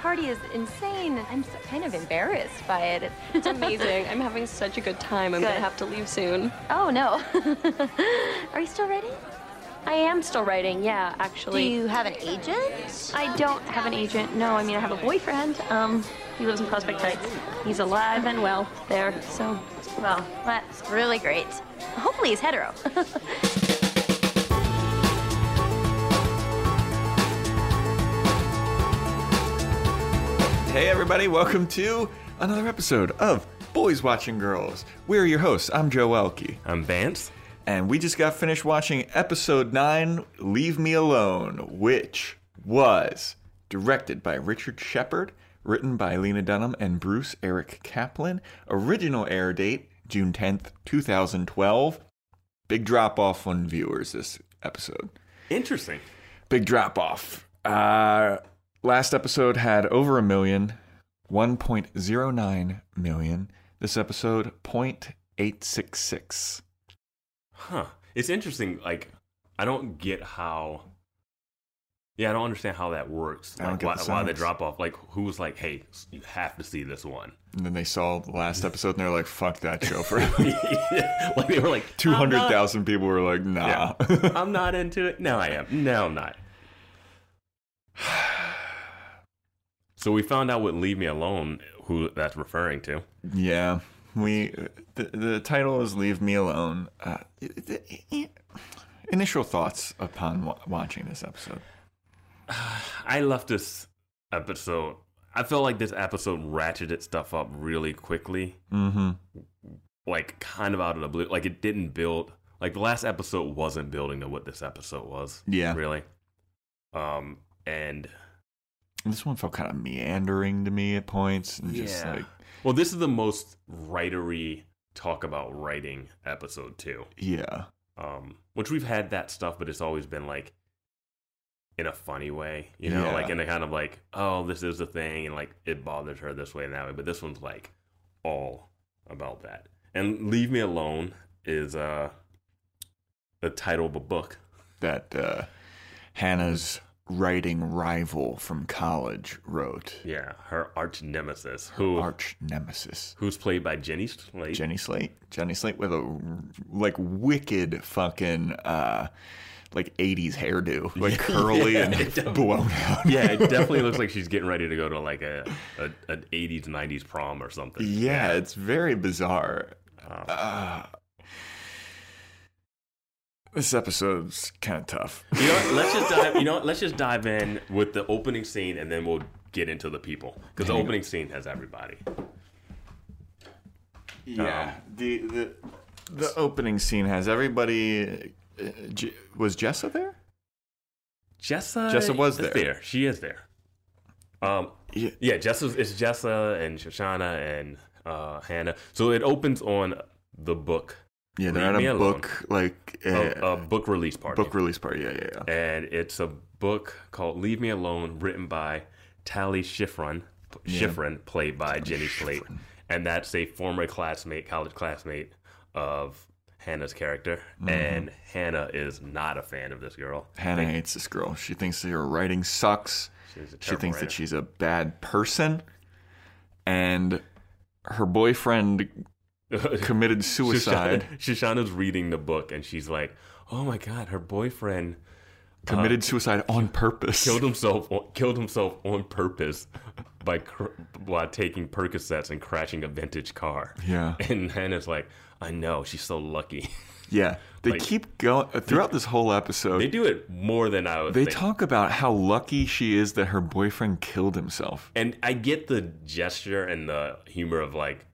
party is insane. I'm so, kind of embarrassed by it. It's amazing. I'm having such a good time. I'm Good. gonna have to leave soon. Oh no. Are you still ready? I am still writing. Yeah, Do actually. you have an agent? I don't have an agent. No, I mean I have a boyfriend. Um, he lives in Prospect Heights. He's alive and well there. So Well, that's really great. Hopefully he's hetero. Hey, everybody, welcome to another episode of Boys Watching Girls. We're your hosts. I'm Joe Welke, I'm Vance. and we just got finished watching episode 9, Leave Me Alone, which was directed by Richard Shepard, written by Lena Dunham and Bruce Eric Kaplan, original air date June 10th, 2012. Big drop off on viewers this episode Interesting. big drop off. Uh, last episode had over a million, 1.09 million. This episode, 0.866. Huh. It's interesting. Like, I don't get how. Yeah, I don't understand how that works. I don't Like, get why, the why the science. drop off? Like, who was like, hey, you have to see this one? And then they saw the last episode and they're like, fuck that show for like, they were like, I'm 200,000 people were like, nah. not- I'm not into it. Now I am. Now I'm not. So we found out what Leave Me Alone, who that's referring to. yeah. We the, the title is Leave Me Alone. Uh, initial thoughts upon wa- watching this episode. I left this episode. I feel like this episode ratcheted stuff up really quickly. Mm-hmm. like kind of out of the blue. Like it didn't build. Like the last episode wasn't building to what this episode was. Yeah. really. Um, and This one felt kind of meandering to me at points and just Yeah. like well, this is the most writery talk about writing episode too. yeah. Um, which we've had that stuff, but it's always been like in a funny way, you know, Yeah. like in a kind of like, oh, this is the thing, and like it bothers her this way and that way. But this one's like all about that. And leave me alone is uh the title of a book that uh, Hannah's writing rival from college wrote, Yeah, her arch nemesis, who arch nemesis who's played by Jenny Slate. Jenny Slate. Jenny Slate with a like wicked fucking uh, like '80s hairdo, like curly Yeah, it and does. blown out. yeah, it definitely looks like she's getting ready to go to like a, a an '80s '90s prom or something. yeah, it's very bizarre. Uh, this episode's kind of tough. You know, what? let's just dive. You know, what? let's just dive in with the opening scene, and then we'll get into the people because the Hang on. opening scene has everybody. Yeah, the the Um, the opening scene has everybody. Uh, J- was Jessa there? Jessa, Jessa was is there. She is there. Um, Yeah. yeah, Jessa. It's Jessa and Shoshana and uh, Hannah. So it opens on the book, Yeah, they're Leave at me a alone. Oh, book like a, uh, a book release party. book release party. Yeah, yeah, yeah. and it's a book called "Leave Me Alone," written by Tally Schifrin, Schifrin, played by Jenny Slate, and that's a former classmate, college classmate of Hannah's character, and Hannah is not a fan of this girl. Hannah hates this girl. She thinks that her writing sucks. She's a She terrible thinks writer. that she's a bad person, and her boyfriend committed suicide. Shoshana, Shoshana's reading the book, and she's like, "Oh my god, her boyfriend." committed suicide on purpose. Uh, killed himself on, killed himself on purpose by cr- by taking Percocets and crashing a vintage car. Yeah. And Hannah's like, I know she's so lucky. yeah, they Like- keep going throughout this whole episode. They They, do it more than I would. think. talk about how lucky she is that her boyfriend killed himself. and I get the gesture and the humor of like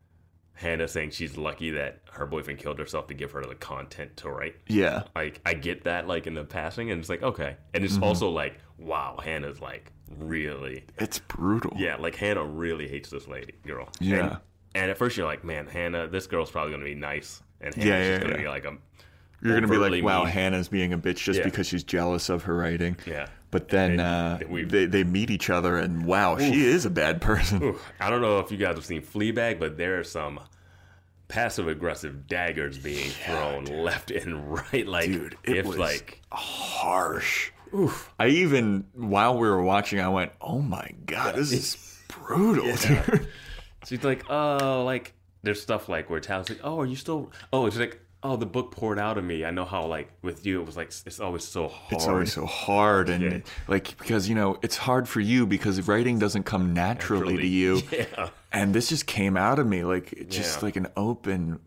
Hannah saying she's lucky that her boyfriend killed herself to give her the content to write. Yeah, Like I get that like in the passing, and it's like okay, and Mm-hmm. it's also like wow, Hannah's like really it's brutal. Yeah, like Hannah really hates this lady girl. Yeah. And, and at first you're like, man, Hannah, this girl's probably gonna be nice, and Hannah's Yeah, yeah, just gonna yeah. be like a You're gonna be overtly like, wow, mean. Hannah's being a bitch just Yeah. because she's jealous of her writing. Yeah. But then And uh, we- they they meet each other, and wow, she is a bad person. Ooh, I don't know if you guys have seen Fleabag, but there are some passive aggressive daggers being thrown left and right. Like Dude, it if was- like Harsh. Oof. I even while we were watching, I went, oh my god, this is brutal, dude. She's like, oh, like there's stuff like where Tal's like, oh, are you still? Oh, it's like, oh, the book poured out of me. I know how like with you, it was like it's always so hard. It's always so hard, and Yeah. like because you know it's hard for you because writing doesn't come naturally, to Naturally. you, yeah. and this just came out of me like it's just Yeah. like an open,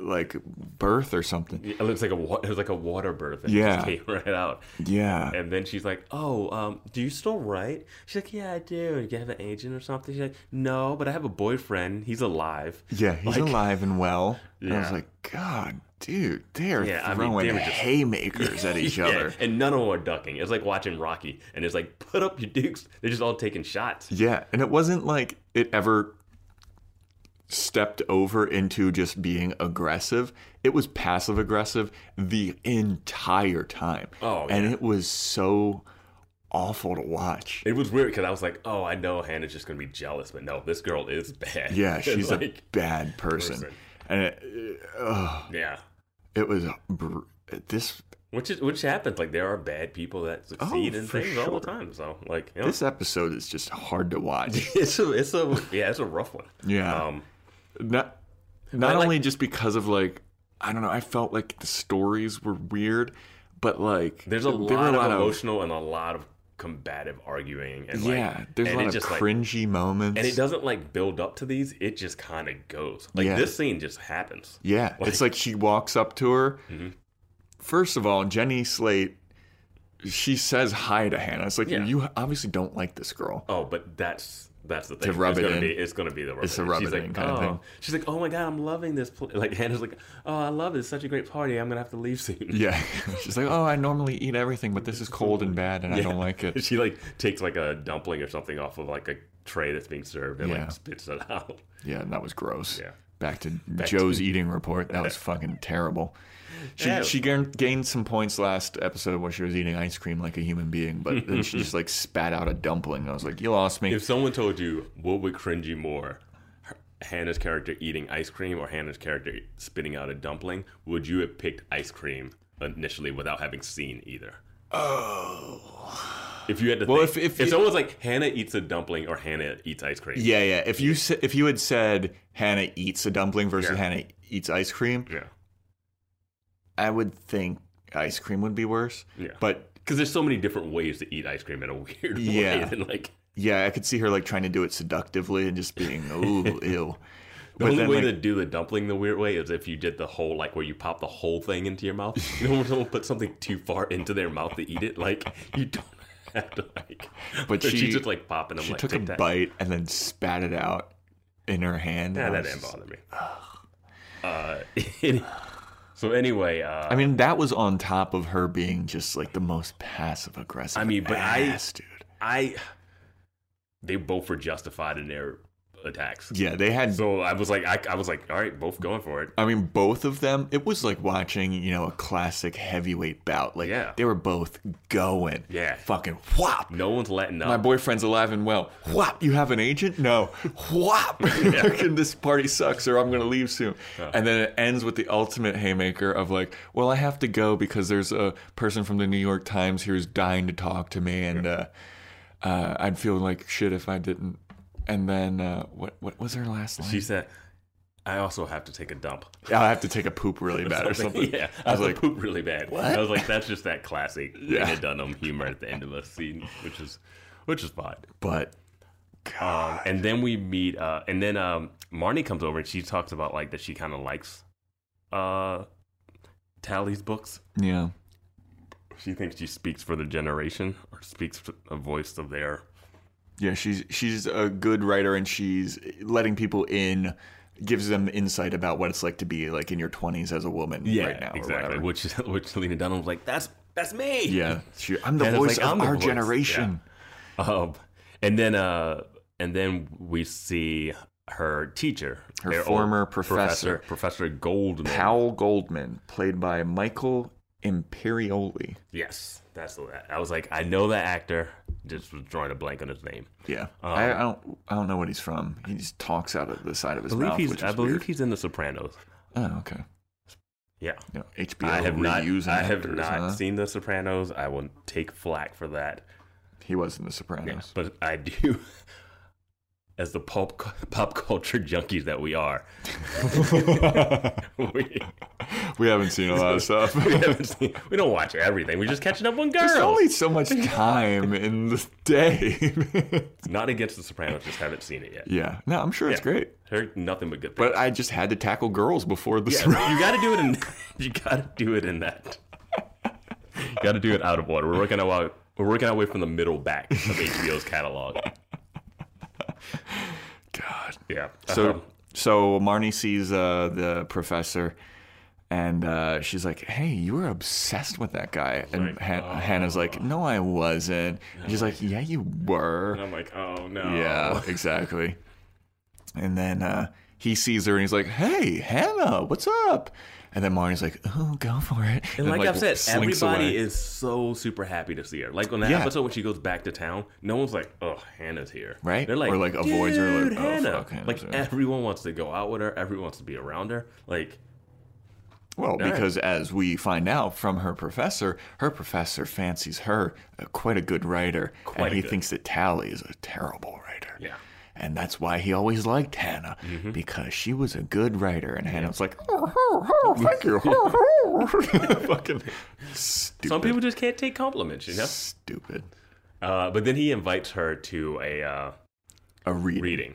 like birth or something. It looks like a wa- it was like a water birth. And Yeah. it just came right out. Yeah, And then she's like, "Oh, um, do you still write?" She's like, "Yeah, I do." Do you have an agent or something? She's like, "No, but I have a boyfriend. He's alive." yeah. He's Like- alive and well. And I was Yeah. like, God, dude, they're Yeah, I mean, throwing they were just- haymakers at each Yeah, other. and none of them are ducking. It's like watching Rocky, and it's like, "Put up your dukes." They're just all taking shots. Yeah, and it wasn't like it ever stepped over into just being aggressive. It was passive aggressive the entire time. Oh, and yeah. it was so awful to watch. It was weird because I was like, "Oh, I know Hannah's just gonna be jealous," but no, this girl is bad. Yeah, It's she's like, a bad person, person. and it, yeah. it was br- this Which is which happens. Like there are bad people that succeed in Oh, for things all sure. the time. So like, you know, this episode is just hard to watch. it's a it's a yeah, it's a rough one. Yeah. Um, not not I like- only just because of like I don't know, I felt like the stories were weird, but like There's a there were lot, of emotional and a lot of combative arguing and like yeah, there's a and lot it of just, like- cringy moments. and it doesn't like build up to these. It just kind of goes. Like Yeah. this scene just happens. yeah, it's like she walks up to her. Mm-hmm. First of all, Jenny Slate, she says hi to Hannah. It's like Yeah. you obviously don't like this girl. Oh, but that's that's the thing. rub it's it gonna in. be it's gonna be the rub. It's it a in. rub she's it like, in kind oh. of thing. She's like, oh my god, I'm loving this. Pl-. Like Hannah's like, oh, I love it. It's such a great party. I'm gonna have to leave soon. Yeah, she's like, oh, I normally eat everything, but this is cold and bad, and I don't like it. She like takes like a dumpling or something off of like a tray that's being served and Yeah. like spits it out. Yeah, and that was gross. Yeah. Back to Joe's eating report. That was fucking terrible. She Yeah. she gain- gained some points last episode when she was eating ice cream like a human being, but then she just like spat out a dumpling. I was like, "You lost me." If someone told you what would cringe you more, her- Hannah's character eating ice cream or Hannah's character spitting out a dumpling, would you have picked ice cream initially without having seen either? Oh. If you had to Well, if- think, if if, you- someone's like Hannah eats a dumpling or Hannah eats ice cream, yeah, yeah. If you sa- if you had said Hannah eats a dumpling versus Yeah. Hannah eats ice cream, yeah, I would think ice cream would be worse. Yeah. But because there's so many different ways to eat ice cream in a weird way, Yeah. and like yeah, I could see her like trying to do it seductively and just being ooh ew. The But only then, way like- to do the dumpling the weird way is if you did the whole like where you pop the whole thing into your mouth. You know when someone puts something too far into their mouth to eat it, like you don't have to like. But she's she- just like popping them. She like, took a "Take that." bite and then spat it out in her hand. Nah, and I that was didn't just- bother me. Uh, any- so anyway, uh, I mean, that was on top of her being just like the most passive aggressive. I mean, but I- ass, dude. I they both were justified in their attacks. Yeah, they had. So I was like, I, I was like, all right, both going for it. I mean, both of them. It was like watching, you know, a classic heavyweight bout. Like Yeah. they were both going. Yeah. Fucking whop. No one's letting up. My boyfriend's alive and well. Whop. You have an agent? No. Whop. Fucking this party sucks, or I'm gonna leave soon. And then it ends with the ultimate haymaker of like, well, I have to go because there's a person from the New York Times who's dying to talk to me, and uh, uh, I'd feel like shit if I didn't. And then uh, what? What was her last line? she said, I also have to take a dump. I have to take a poop really bad or something. Yeah, I was like, poop really bad. I was like, that's just that classic Yeah. Lena Dunham humor at the end of a scene, which is, which is fine. but Ah, Um, and then we meet, uh, and then um, Marnie comes over and she talks about like that she kind of likes, uh, Tally's books. yeah, She thinks she speaks for the generation or speaks for a voice of their. yeah. She's she's a good writer, and she's letting people in, gives them insight about what it's like to be like in your twenties as a woman right now. or exactly. whatever. Which is which Lena Dunham's like, that's that's me. yeah, she, I'm the And it's voice like, of I'm the our voice. generation. Um, and then uh, and then we see her teacher, Her their old former professor. professor, Professor Goldman. Powell Goldman, played by Michael Imperioli. Yes, that's the I was like, I know that actor. Just was drawing a blank on his name. Yeah, I, I don't I don't know what he's from. He just talks out of the side of his Um, I believe mouth. he's. which I is believe weird. he's in The Sopranos. Oh, okay. Yeah. You know, HBO I have not. reusing I have actors, not huh? seen The Sopranos. I will take flack for that. Oh, He was in The Sopranos. But I do. as the pulp, pop culture junkies that we are. we, We haven't seen a lot of stuff. we, haven't seen- we don't watch everything. We're just catching up on girls. There's only so much time in the day. Not against The Sopranos, just haven't seen it yet. yeah. No, I'm sure it's Yeah. great. Heard nothing but good things. But I just had to tackle girls before the Yeah, you got to do it in. You got to do it in that. You got to do it out of order. We're working our way, we're working our way from the middle back of HBO's catalog. God. Yeah. So Um, so Marnie sees uh, the professor, and uh, she's like, "Hey, you were obsessed with that guy." And like, "Oh, Han- Hannah's like, "No, I wasn't." And she's like, "Yeah, you and were." I'm like, oh no. Yeah, exactly. And then uh, he sees her, and he's like, "Hey, Hannah, what's up?" And then Marnie's like, "Oh, go for it." And like, I've said, slinks everybody away. is so super happy to see her. Like on that Yeah. episode when she goes back to town, no one's like, "Oh, Hannah's here," Right? They're like, Or, like, avoids her, like, "Dude, "Oh, Hannah!" fuck, Hannah's like here. everyone wants to go out with her. Everyone wants to be around her. Like, Well, right. because as we find out from her professor, her professor fancies her uh, quite a good writer, Quite and he good. thinks that Tally is a terrible writer. Yeah. Mm-hmm. And that's why he always liked Hannah because she was a good writer, and Hannah's like, oh, oh, oh, "Thank you." oh, oh." Fucking stupid. some people just can't take compliments, you know. stupid. Uh, but then he invites her to a uh, A read, reading,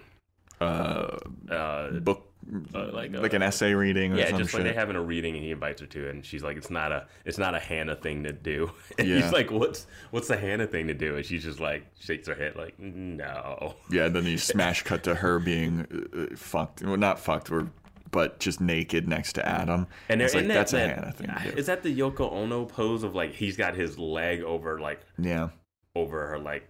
uh, uh, book, like, like, a- an essay reading, or yeah, some just like shit. they're having a reading, and he invites her to it, and she's like, "It's not a, it's not a Hannah thing to do." And Yeah. he's like, "What's, what's the Hannah thing to do?" And she's just like, shakes her head, like, "No." Yeah, and then you smash cut to her being uh, uh, fucked. Well, not fucked, or, but just naked next to Adam. And they're it's like, in that, that's that- ah, a Hannah thing. To do. Is that the Yoko Ono pose of like he's got his leg over like Yeah. over her like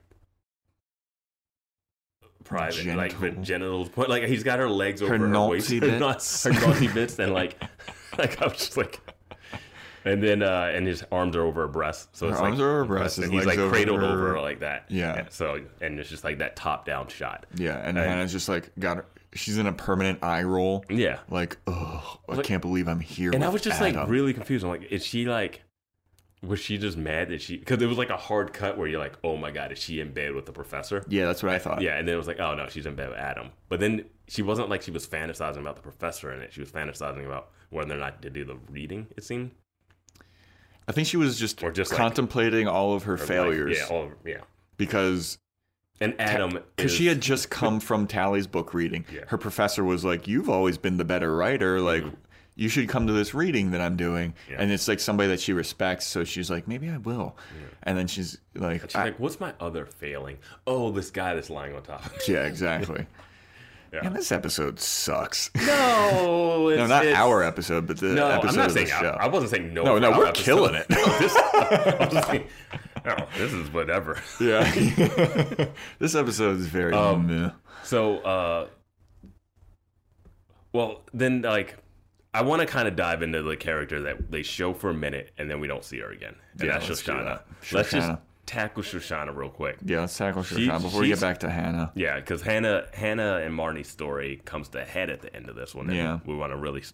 private like Genital. genitals, but like he's got her legs over her, naughty waist, her, bits. nuts, her naughty bits, and like like I'm just like. And then, uh, and his arms are over her breast, so Her it's arms like are over her breast, and his he's legs like over cradled her- over her like that. Yeah. And so, and it's just like that top-down shot. Yeah. And Right. Hannah's just like got her, she's in a permanent eye roll. Yeah. Like, oh, I Like- can't believe I'm here. And I with was just like Adam." really confused. I'm like, is she like, was she just mad that she? Because it was like a hard cut where you're like, oh my god, is she in bed with the professor? Yeah, that's what I thought. Yeah, and then it was like, oh no, she's in bed with Adam. But then she wasn't like she was fantasizing about the professor in it. She was fantasizing about whether or not to do the reading. It seemed I think she was just, Or just, like, contemplating all of her Or, like, failures yeah, all, yeah. because And Adam, because is- she had just come from Tally's book reading. Yeah. Mm-hmm. Her professor was like, "You've always been the better writer. Like, you should come to this reading that I'm doing." Yeah. And it's like somebody that she respects, so she's like, "Maybe I will." And then she's like, She's I- like, what's my other failing? Oh, this guy that's lying on top. of me. "Yeah, exactly." Yeah. And this episode sucks. No, it's, no, not it's- our episode, but the No, episode I'm not of the saying I, show. I wasn't saying no. no, for no, our we're episode. killing it. this, I'm just saying, oh, this is whatever. yeah, this episode is very. Um, meh. So, uh, well, then like, I want to kind of dive into the character that they show for a minute, and then we don't see her again. And Yeah, that's let's do Shoshana. that. Let's just Shoshana. tackle Shoshana real quick. yeah, let's tackle She- Shoshana before we she's- get back to Hannah. Yeah, because Hannah, Hannah and Marnie's story comes to a head at the end of this one. and Yeah. we want to really s-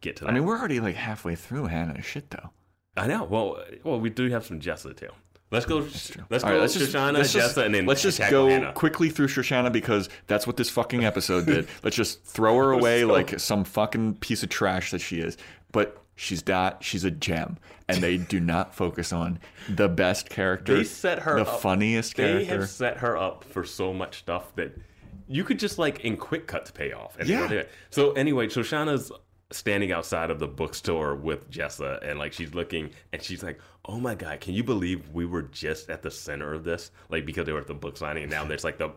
get to that. I mean, we're already like halfway through Hannah's shit, though. I know. Well, uh, well, we do have some Jessa too. Let's go. Let's go. All right, Shoshana, let's Jessa, and then let's just tackle go Hannah. quickly through Shoshana because that's what this fucking episode did. let's just throw her away like some fucking piece of trash that she is. But she's not. She's a gem, and they do not focus on the best character. They set her the up. funniest They character. have set her up for so much stuff that you could just like in quick cuts pay off. And Yeah. do it. So anyway, Shoshana's standing outside of the bookstore with Jessa, and like she's looking, and she's like, "Oh my god, can you believe we were just at the center of this? Like because they were at the book signing, and now there's like the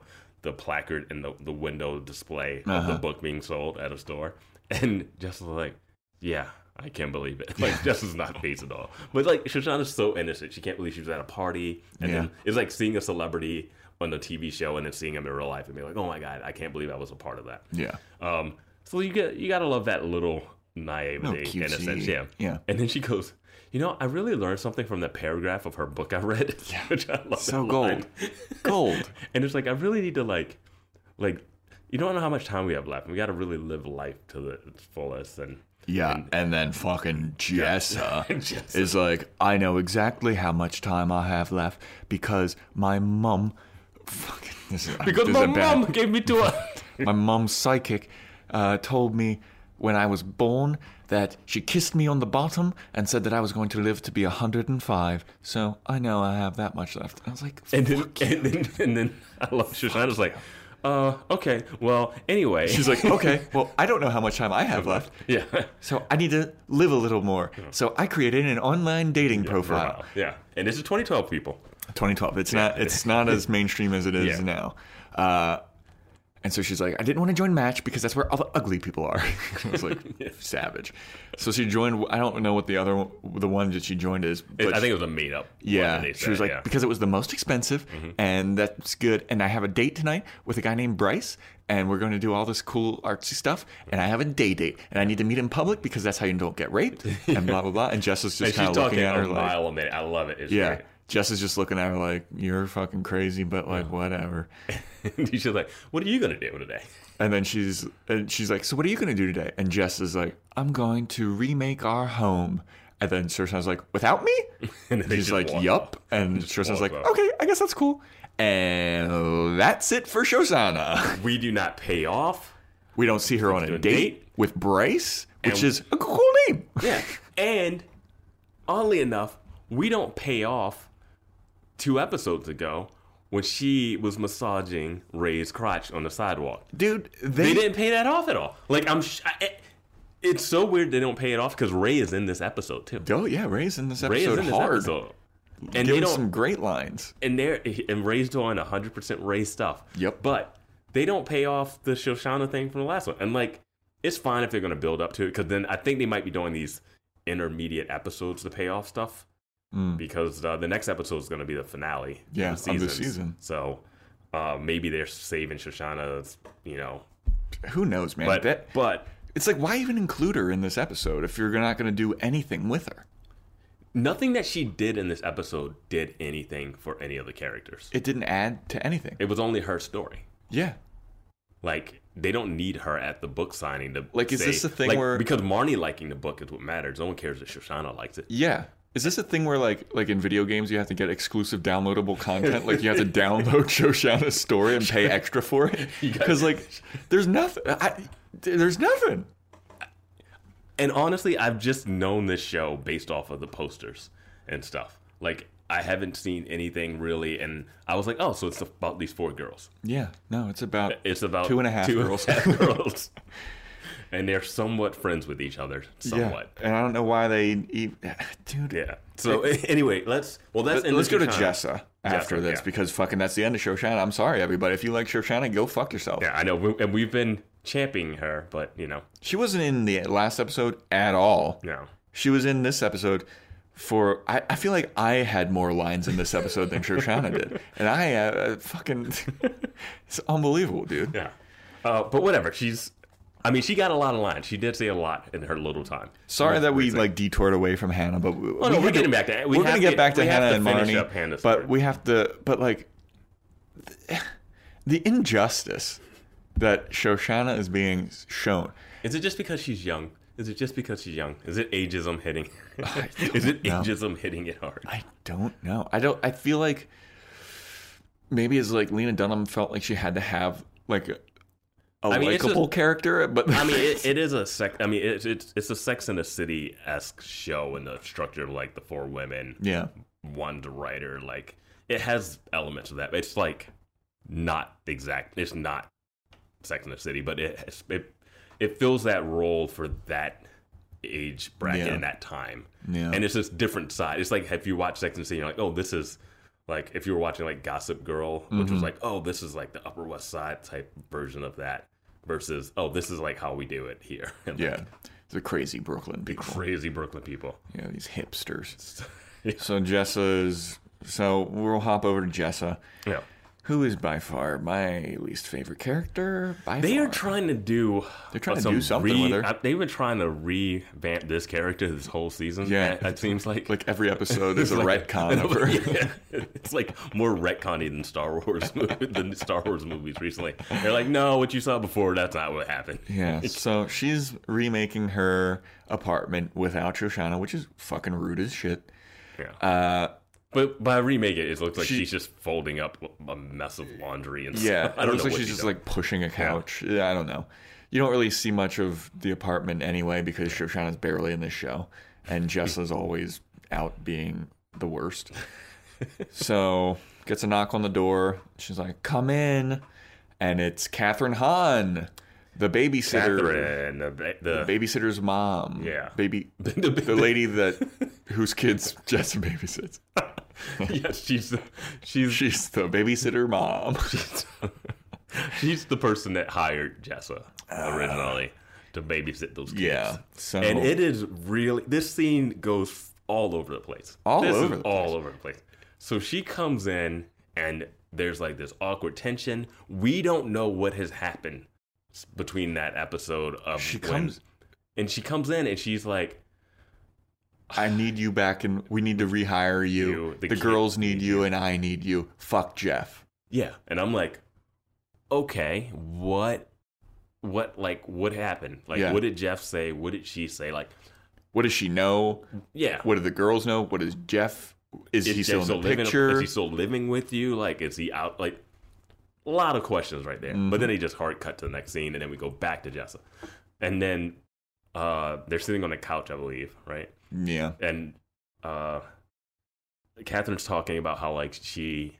the placard and the the window display of the book being sold at a store." And Jessa's like, "Yeah." I can't believe it. Like, Jessa's not phased at all. But, like, Shoshana's so innocent. She can't believe she was at a party. And Yeah. then it's like seeing a celebrity on a TV show and then seeing him in real life and being like, oh my God, I can't believe I was a part of that. yeah, Um, so you get you gotta love that little Little naivety cutesy. innocence, yeah. Yeah. And then she goes, you know, I really learned something from that paragraph of her book I read, which I love. so that gold, line. gold. And it's like I really need to like, like, you don't know how much time we have left. We gotta really live life to the fullest. And Yeah, and, then fucking Jessa, Jessa. is like, I know exactly how much time I have left because my mum Fucking, this is, Because this my is a bad- mom gave me to her. my mom's psychic uh, told me when I was born that she kissed me on the bottom and said that I was going to live to be 105. So I know I have that much left. I was like, And then, and then, and then I love Shoshana's like, uh, okay, well, anyway. she's like, okay, well, I don't know how much time I have left. yeah. So I need to live a little more. So I created an online dating profile. Yeah. And this is 2012, people. 2012. It's not. It's not as mainstream as it is Yeah. now. Uh, and so she's like, I didn't want to join Match because that's where all the ugly people are. I was like, savage. So she joined. I don't know what the other one- the one that she joined is. It- But I think it was a made up. yeah, she was like because it was the most expensive, Mm-hmm. and that's good. And I have a date tonight with a guy named Bryce, and we're going to do all this cool artsy stuff. And I have a day date, and I need to meet in public because that's how you don't get raped. And blah blah blah. And Jess is and just she's kind of looking talking at her a like, mile a minute. I love it. It's yeah. great. Jess is just looking at her like, you're fucking crazy, but like, whatever. And she's like, what are you going to do today? And then she's and she's like, so what are you gonna do today? And Jess is like, I'm going to remake our home. And then Surson's like, without me? And then they she's just like, walk yup. And Surson's like, off. okay, I guess that's cool. And that's it for Shoshana. We do not pay off. We don't see her on a a date date. with Bryce, which And- is a cool name. Yeah. and oddly enough, we don't pay off two episodes ago when she was massaging Ray's crotch on the sidewalk. Dude, They they, didn't pay that off at all. Like, I'm. Sh- I, it- it's so weird they don't pay it off because Ray is in this episode, too. Oh yeah, Ray's in this Ray is episode in this hard. episode. And Give they him don't. some great lines. and they're and Ray's doing hundred percent Ray stuff. Yep. But they don't pay off the Shoshana thing from the last one, and like it's fine if they're going to build up to it because then I think they might be doing these intermediate episodes to pay off stuff because uh, the next episode is going to be the finale. Mm. Yeah, of the, of the seasons. season. So uh, maybe they're saving Shoshana's, you know. Who knows, man? But That- but it's like why even include her in this episode if you're not gonna do anything with her? nothing that she did in this episode did anything for any of the characters. It didn't add to anything. It was only her story. Yeah. Like they don't need her at the book signing to Like, is say- this the thing like, where- because Marnie liking the book is what matters. No one cares that Shoshana likes it. Yeah. Is this a thing where like like in video games you have to get exclusive downloadable content? Like you have to download Shoshana's story and pay extra for it? got- Because like there's nothing. I, there's nothing. And honestly, I've just known this show based off of the posters and stuff. Like I haven't seen anything really, and I was like, oh, so it's about these four girls. Yeah. No, it's about It's about two and a half two and a girls. half girls. and they're somewhat friends with each other, somewhat. Yeah. And I don't know why they eat. Dude. Yeah. So anyway, let's well that's Let, in us go to Shoshana. Jessa after Jessa, this yeah. because fucking that's the end of Shoshana. I'm sorry, everybody. If you like Shoshana, go fuck yourself. Yeah, I know, we- and we've been championing her, but you know, She wasn't in the last episode at all. no. She was in this episode for. I, I feel like I had more lines in this episode than Shoshana did, and I uh, fucking. It's unbelievable, dude. Yeah. Uh, but whatever. She's. I mean, she got a lot of lines. She did say a lot in her little time. Sorry that we like detoured away from Hannah, but we, Oh, no, had we're to- getting back to- we we're have gonna to- get back to we have Hannah to and finish Marnie, up Hannah's story. but we have to. But like, the, the injustice that Shoshana is being shown. Is it just because she's young? Is it just because she's young? Is it ageism hitting? Is it know. ageism hitting it hard? I don't know. I don't. I feel like maybe it's like Lena Dunham felt like she had to have like a, a I mean, it's likable a- character, but I mean, it, it is a sex. I mean, it's it's it's a Sex in the City esque show in the structure of like the four women, yeah, one's a writer. Like it has elements of that. but It's like not exact. It's not Sex in the City, but it it it fills that role for that age bracket Yeah. and that time. Yeah. And it's this different side. It's like if you watch Sex and the City, you're like, oh, this is like if you were watching like Gossip Girl, which Mm-hmm. was like, oh, this is like the Upper West Side type version of that. Versus, oh, this is like how we do it here. And like, yeah, the crazy Brooklyn people, crazy Brooklyn people. you know, these hipsters. So Jessa's. So we'll hop over to Jessa, Yeah. who is by far my least favorite character. By They far. are trying to do. They're trying to some do something with her. I- they've been trying to revamp this character this whole season. Yeah. it, it seems like like every episode is a like- retcon of her. Yeah. it's like more retconny than Star Wars movie, than Star Wars movies recently. They're like, no, what you saw before, that's not what happened. Yeah, so she's remaking her apartment without Shoshana, which is fucking rude as shit. Yeah. But by remake it, it looks like Uh, She- she's just folding up a mess of laundry and Yeah, stuff. it looks like what she's she just does. like pushing a couch. Yeah, I don't know. You don't really see much of the apartment anyway because Shoshana's barely in this show, and Jess is always out being the worst. so gets a knock on the door. She's like, "Come in," and it's Catherine Hahn, the babysitter, Catherine, the, ba- the, babysitter's mom. Yeah. baby, the lady that whose kids Jess babysits. yes, she's the, she's She's the babysitter mom. she's the person that hired Jessa originally to babysit those kids. yeah, so and it is really this scene goes all over the place. All This over is the all over the place. So she comes in, and there's like this awkward tension. We don't know what has happened s- between that episode of She when- comes- and she comes in, and she's like, I need you back, and we need to rehire you. You, the the kid girls need you, and I need you. Fuck Jeff. Yeah, and I'm like, okay, what, what, like, what happened? Like, Yeah. what did Jeff say? What did she say? Like, What does she know? yeah, What do the girls know? What is Jeff? Is he Jeff still in the living? picture? Is he still living with you? Like, is he out? Like, a lot of questions right there. Mm-hmm. But then they just hard cut to the next scene, and then we go back to Jessa, and then uh, they're sitting on a couch, I believe, right? yeah, and uh Catherine's talking about how like she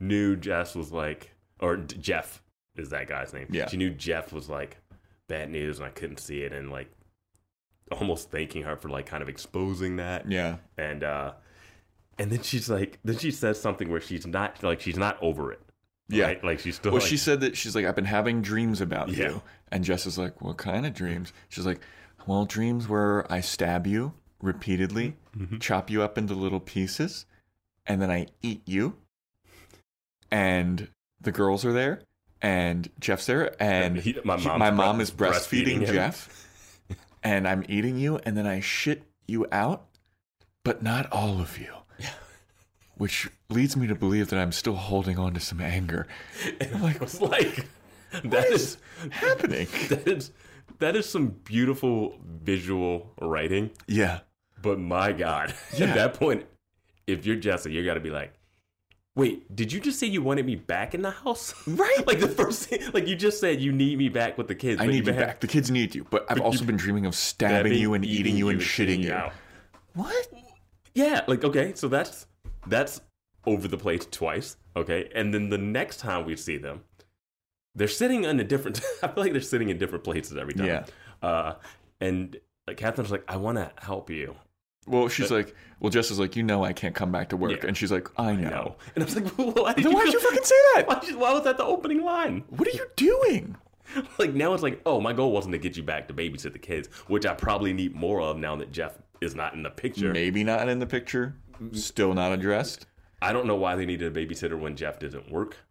knew Jess was like or D- Jeff is that guy's name. Yeah. She knew Jeff was like bad news and I couldn't see it and like almost thanking her for like kind of exposing that. yeah, And uh and then she's like then she says something where she's not like she's not over it. yeah. Right? Like she's still Well, like, she said that she's like, I've been having dreams about Yeah. you, and Jess is like, What kind of dreams? She's like, Well, dreams where I stab you repeatedly, Mm-hmm. chop you up into little pieces, and then I eat you. And the girls are there, and Jeff's there, and he- my he- mom's my bre- mom is breastfeeding, breastfeeding him. Jeff, and I'm eating you, and then I shit you out, but not all of you. Which leads me to believe that I'm still holding on to some anger. I'm like, was like that is happening? that is that is some beautiful visual writing. Yeah. But my God, Yeah. at that point, if you're Jesse, you're gotta be like, wait, did you just say you wanted me back in the house? Right. like the first thing, like you just said you need me back with the kids. I but need you been back. The kids need you, but I've also been dreaming of stabbing having- you and eating you and shitting you. out. What? Yeah, like okay, so that's that's over the plate twice. Okay, and then the next time we see them, they're sitting in a different. I feel like they're sitting in different places every time. Yeah. Uh, and uh, Catherine's like, I want to help you. Well, she's like, well, Jess is like, you know, I can't come back to work, Yeah. and she's like, I know. No. And I was like, well, why did Then you, why'd go- you fucking say that? Why, did you- why was that the opening line? What are you doing? Like now it's like, oh, my goal wasn't to get you back to babysit the kids, which I probably need more of now that Jeff is not in the picture. Maybe not in the picture. Still not addressed. I don't know why they needed a babysitter when Jeff didn't work.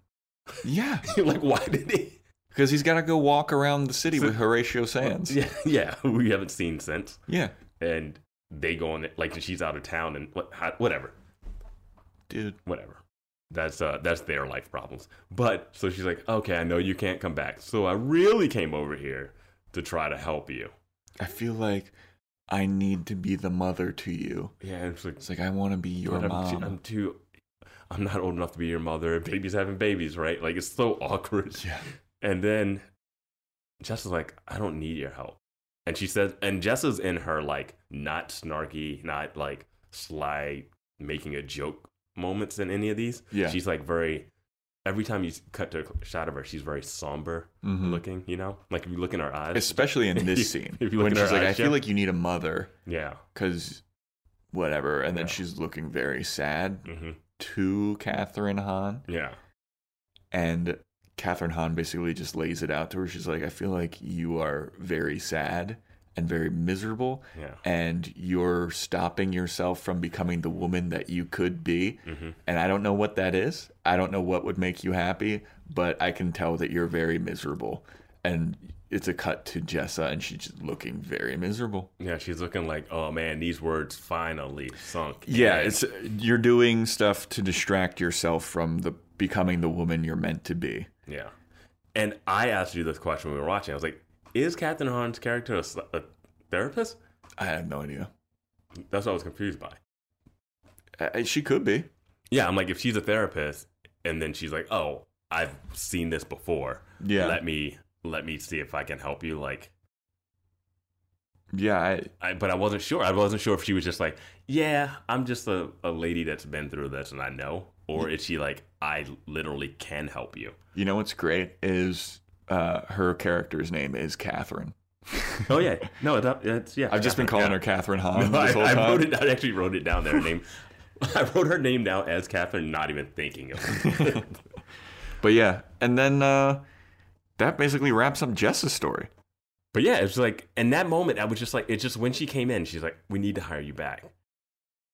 Yeah, like, why did they? because he's got to go walk around the city with Horatio Sands. Yeah, yeah, we haven't seen since. yeah, And they go on it like she's out of town and what, how, whatever. dude. whatever. That's uh that's their life problems. But so she's like, "Okay, I know you can't come back. So I really came over here to try to help you." I feel like I need to be the mother to you. Yeah, and it's like It's like I want to be your "But I'm, mom. too, I'm too I'm not old enough to be your mother. and Babies having babies, right? Like it's so awkward. yeah, And then Jess is like, "I don't need your help." And she says and Jess is in her like not snarky, not like sly making a joke moments in any of these. Yeah. She's like very every time you cut to a shot of her, she's very somber. Mhm. looking, you know? Like if you look in her eyes. especially in If you- this scene if you look when in her she's like, eyes, I feel yeah. like you need a mother. yeah. because whatever. And then she's looking very sad hmm to Catherine Hahn. Yeah. And Catherine Hahn basically just lays it out to her. She's like, I feel like you are very sad and very miserable. Yeah. And you're stopping yourself from becoming the woman that you could be. And I don't know what that is. I don't know what would make you happy, but I can tell that you're very miserable. And it's a cut to Jessa, and she's just looking very miserable. Yeah. She's looking like, oh man, these words finally sunk. Yeah, in." it's you're doing stuff to distract yourself from the becoming the woman you're meant to be. Yeah. And I asked you this question when we were watching. I was like, is Captain Hahn's character a, s- a therapist? I have no idea. That's what I was confused by. Uh, she could be. Yeah, I'm like, if she's a therapist, and then she's like, "Oh, I've seen this before. Yeah. let me let me see if I can help you." Like, Yeah, I, I, but I wasn't sure. I wasn't sure if she was just like, "Yeah, I'm just a, a lady that's been through this and I know," or is she like, "I literally can help you." you know what's great is uh, her character's name is Catherine. Oh yeah, no, that, that's yeah. I've just been calling her Catherine Hahn I, this whole I time. wrote it. I actually wrote it down. Their name. I wrote her name down as Catherine, not even thinking of it. But yeah, and then uh, that basically wraps up Jess's story. But yeah, it's like in that moment, I was just like, it's just when she came in, she's like, "We need to hire you back."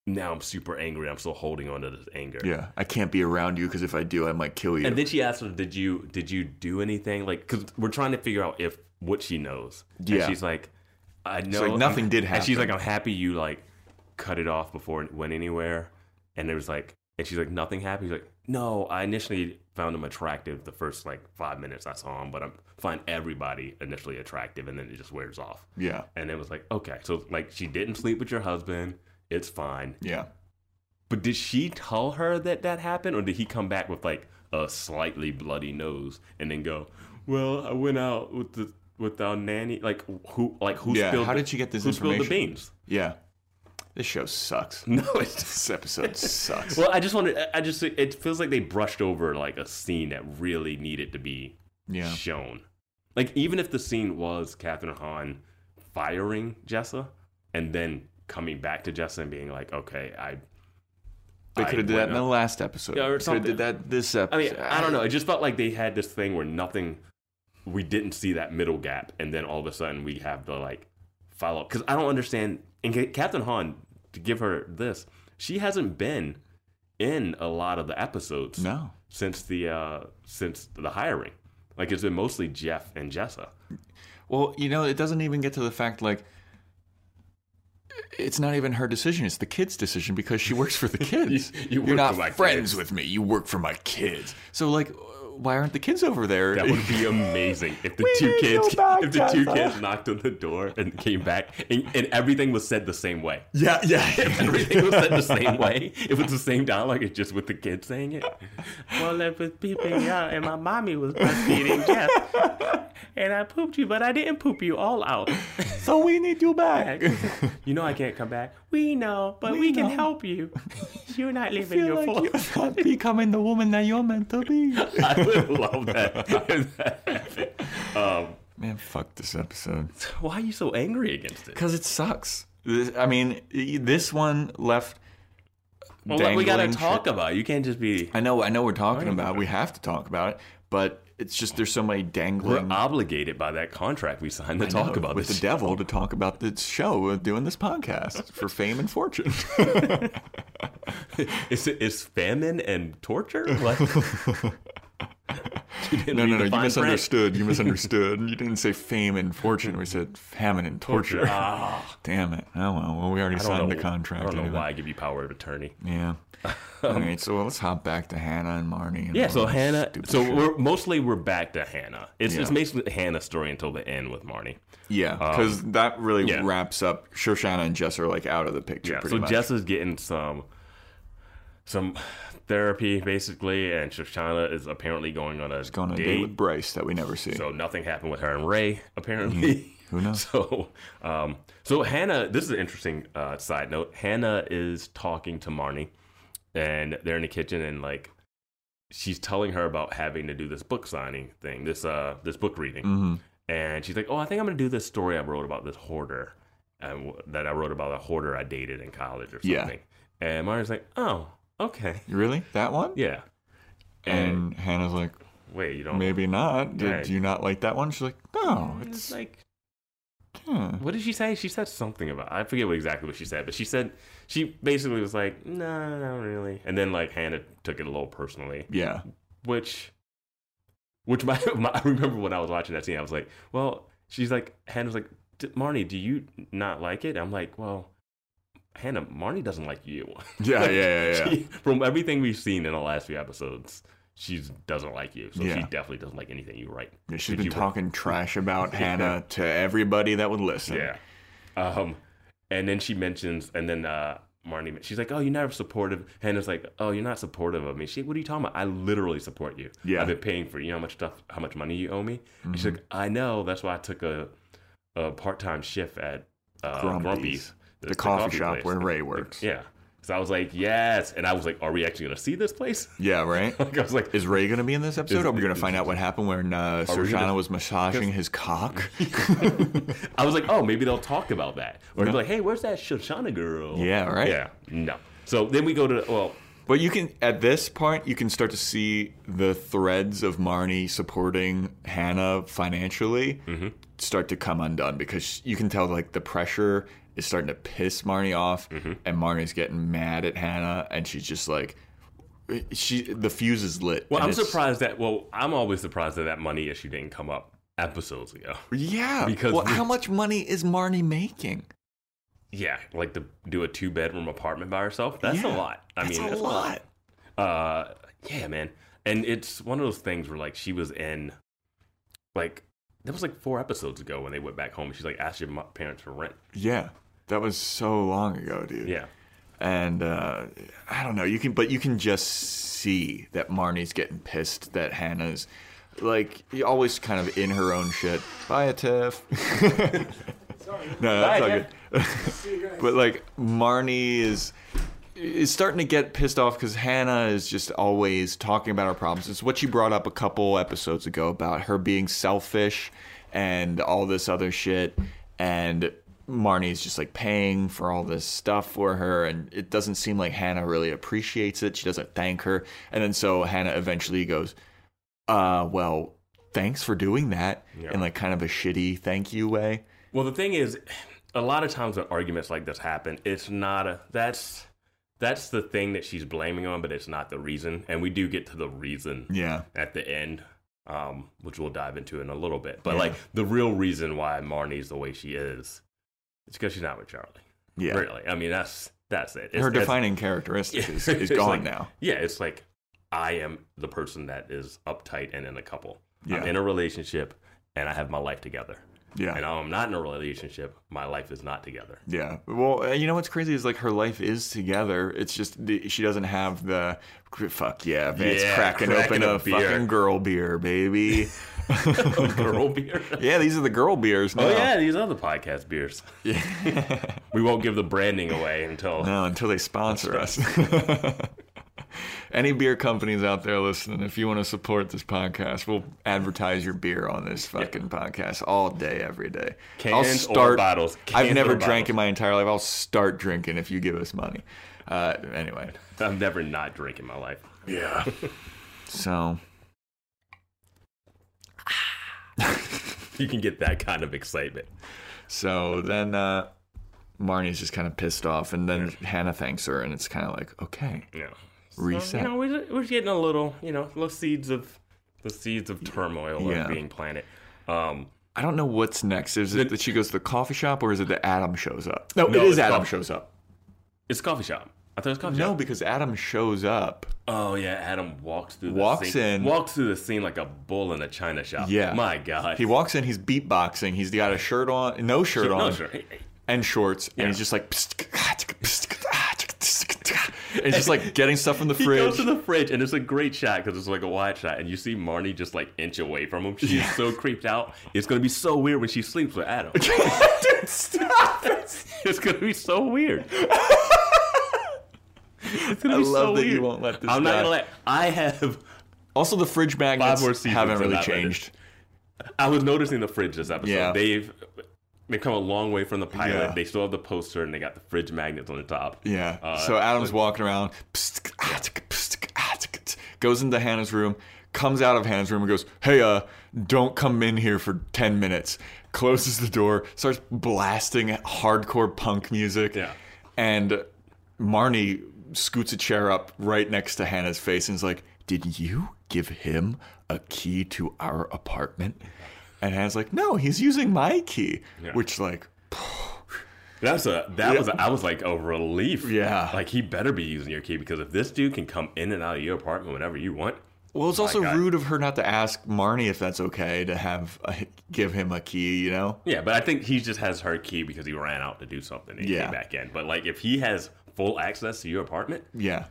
Now I'm super angry. I'm still holding on to this anger. Yeah, I can't be around you because if I do, I might kill you. And then she asked her, "Did you did you do anything?" Like, because we're trying to figure out if what she knows. And Yeah. she's like, "I know like, nothing I'm- did And she's like, happen. "I'm happy you like cut it off before it went anywhere." And there was like, and she's like, "Nothing happened." He's like, "No, I initially found him attractive the first like five minutes I saw him, but I find everybody initially attractive, and then it just wears off." yeah, And it was like, okay, so like she didn't sleep with your husband. It's fine. yeah. But did she tell her that that happened, or did he come back with like a slightly bloody nose and then go, "Well, I went out with the with our nanny." Like who? Like who? Yeah, Spilled how the- did you get this Who spilled the information? beans? Yeah. This show sucks. No, it's just. This episode sucks. Well, I just wanted. I just. It feels like they brushed over like a scene that really needed to be yeah. shown. Like even if the scene was Catherine Hahn firing Jessa and then coming back to Jessa and being like, okay, I. They I could have did went that in the up." last episode. Yeah, or Coulda something. did that this I mean, episode. I don't know. It just felt like they had this thing where nothing. We didn't see that middle gap, and then all of a sudden we have the like follow up because I don't understand. And Ca- Catherine Hahn, to give her this, she hasn't been in a lot of the episodes No. since the uh since the hiring. Like it's been mostly Jeff and Jessa. Well, you know, it doesn't even get to the fact like it's not even her decision; it's the kid's decision because she works for the kids. You- you are work not for my friends kids. with me; you work for my kids. So, like, why aren't the kids over there? That would be amazing if the two need you kids back, if the two Jessa. kids knocked on the door and came back and, and everything was said the same way. yeah, yeah. Everything was said the same way. It was the same dialogue, it's just with the kids saying it. Well, it was peeping out, and my mommy was breastfeeding Jeff. And I pooped you, but I didn't poop you all out. so we need you back. You know I can't come back. We know, but we, can know. help you. You're not living Feel your full like you're not becoming the woman that you're meant to be. I would love that. if that happened. um, Man, fuck this episode. why are you so angry against it? Because it sucks. This, I mean, y- this one left. Well, we gotta dangling talk shit- about. It. You can't just be. I know, I know. We're talking about. it. We have to talk about it, but it's just there's so many We're dangling. obligated by that contract we signed to talk about with this. the devil to talk about this show, uh, doing this podcast for fame and fortune. Is it is famine and torture? What? You didn't no, read no, the no. You fine print. misunderstood. You misunderstood. you didn't say fame and fortune. We said famine and torture. Damn it. Oh well. Well, we already I don't signed the know- contract. I don't know anyway. why I give you power of attorney. Yeah. All right. So let's hop back to Hannah and Marnie. And Yeah, all so that Hannah. stupid So shit. we're mostly we're back to Hannah. It's Yeah. it's basically Hannah's story until the end with Marnie. Yeah, because that really Um, yeah. wraps up. Shoshana and Jess are like out of the picture. Yeah. pretty So much. Jess is getting some some therapy basically, and Shoshana is apparently going on a, going on a date with Bryce that we never see. So nothing happened with her and Ray, apparently. Mm-hmm. Who knows? So, um, so Hannah, this is an interesting uh, side note. Hannah is talking to Marnie, and they're in the kitchen, and like she's telling her about having to do this book signing thing, this uh, this book reading, Mm-hmm. and she's like, "Oh, I think I'm gonna do this story I wrote about this hoarder, and w- that I wrote about a hoarder I dated in college or something." Yeah. And Marnie's like, "Oh, okay, really, that one? yeah." And And Hannah's like, wait, you don't maybe not. Did Right. you not like that one? She's like, no, It's it's like hmm. What did she say? She said something about I forget what exactly what she said, but she said she basically was like, "No, not really." And then like Hannah took it a little personally, yeah, which, which my, my I remember when I was watching that scene, I was like, "Well," she's like Hannah's like, "D- "Marnie, do you not like it?" I'm like, "Well, Hannah, Marnie doesn't like you." Ah, yeah, yeah, yeah, yeah. She- from everything we've seen in the last few episodes, she doesn't like you, so Yeah. she definitely doesn't like anything you write. Yeah, She's Did been you- talking trash about Hannah to everybody that would listen. Yeah. Um, and then she mentions, and then uh, Marnie, she's like, "Oh, you're never supportive." Hannah's like, "Oh, you're not supportive of me." She, what are you talking about? I literally support you. Yeah. Mm-hmm. I've been paying for you. know how much stuff, how much money you owe me. And she's like, "I know. That's why I took a a part time shift at uh, Grumpy's, Grumpy's. The, coffee, shop place. where Ray works. Yeah. So I was like, "Yes," and I was like, "Are we actually gonna see this place?" Yeah, right? like I was like, Is Ray going to be in this episode? Are we going to find out what happened when uh, we Serjana gonna- was massaging his cock? I was like, "Oh, maybe they'll talk about that." Or they'll be like, "Hey, where's that Shoshana girl?" Yeah, right. Yeah. No. So then we go to well. But you can, at this point, you can start to see the threads of Marnie supporting Hannah financially Mm-hmm. start to come undone because you can tell like the pressure is starting to piss Marnie off, Mm-hmm. and Marnie's getting mad at Hannah, and she's just like, she the fuse is lit. Well, and I'm it's- surprised that. Well, I'm always surprised that that money issue didn't come up episodes ago. Yeah, Because because well, we- how much money is Marnie making? Yeah, like to do a two bedroom apartment by herself. That's Yeah, a lot. I that's mean, a that's lot. Uh, yeah, man. And it's one of those things where like she was in, like that was like four episodes ago when they went back home. She's like asked your mo- parents for rent. Yeah, that was so long ago, dude. Yeah. and uh, I don't know. You can, but you can just see that Marnie's getting pissed that Hannah's like always kind of in her own shit. Bye, Tiff. no, that's all good. but like Marnie is is starting to get pissed off because Hannah is just always talking about her problems. It's what she brought up a couple episodes ago about her being selfish and all this other shit. And Marnie's just like paying for all this stuff for her, and it doesn't seem like Hannah really appreciates it. She doesn't thank her, and then so Hannah eventually goes, "Uh, well, thanks for doing that," in like kind of a shitty thank you way. Well, the thing is, a lot of times when arguments like this happen, it's not a that's that's the thing that she's blaming on, but it's not the reason. And we do get to the reason. Yeah. at the end, um, which we'll dive into in a little bit. But like the real reason why Marnie's the way she is, it's because she's not with Charlie. Yeah. Really. I mean, that's that's it. It's, her that's- defining characteristic is, is it's gone like- now. Yeah, it's like I am the person that is uptight and in a couple. Yeah. I'm in a relationship and I have my life together. Yeah. And I'm not in a relationship, my life is not together. Yeah. Well, uh, you know what's crazy is like her life is together. It's just the, she doesn't have the fuck yeah, it's Yeah, cracking, open cracking a a beer. fucking girl beer, baby. Girl beer. Oh, yeah, these are the girl beers. Now. Oh yeah, these other podcast beers. we won't give the branding away until No, until they sponsor us. Any beer companies out there listening, if you want to support this podcast, we'll advertise your beer on this fucking podcast all day, every day. Cans or bottles? Cans I've never or drank bottles? in my entire life. I'll start drinking if you give us money. Uh, anyway, I'm never not drinking my life. yeah. so You can get that kind of excitement. So then uh, Marnie's just kind of pissed off, and then Hannah thanks her, and it's kind of like, okay, Yeah. reset. You know, we're, we're getting a little, you know, little seeds of the seeds of turmoil Yeah. on being planet. Um, I don't know what's next. Is it that she goes to the coffee shop, or is it that Adam shows up? No, No, it is it's Adam coffee. shows up. it's a coffee shop. I thought it was a coffee No, shop. because Adam shows up. Oh yeah, Adam walks through. The Walks scene, in. Walks through the scene like a bull in a china shop. Yeah. My God. He walks in. He's beatboxing. He's got a shirt on, no shirt no, on, sure. Hey, hey. and shorts, and he's just like, and he's just like getting stuff from the He goes fridge. to the fridge, and it's a great shot because it's like a wide shot, and you see Marnie just like inch away from him. She's so creeped out. It's gonna be so weird when she sleeps with Adam. Dude, stop it! It's gonna be so weird. it's gonna I be love so that you weird. won't let this I'm not die. gonna let. I have. Also, the fridge magnets more seasons haven't of really that, but it- changed. I was noticing the fridge this episode. Yeah. They've they've come a long way from the pilot. Yeah. They still have the poster and they got the fridge magnets on the top. Yeah. Uh, so Adam's walking around, psst, ah, tsk, psst, ah, tsk, tsk, goes into Hannah's room, comes out of Hannah's room and goes, "Hey, uh, don't come in here for 10 minutes." Closes the door, starts blasting hardcore punk music. Yeah. And Marnie scoots a chair up right next to Hannah's face and is like, "Did you give him a key to our apartment?" And Hannah's like, "No, he's using my key," Yeah. which like That's a that Yeah. was a, I was like a relief. Yeah. Like he better be using your key because if this dude can come in and out of your apartment whenever you want, Well, it's also God. rude of her not to ask Marnie if that's okay to have uh, give him a key, you know? Yeah, but I think he just has her key because he ran out to do something and he Yeah. came back in. But like, if he has full access to your apartment. Yeah.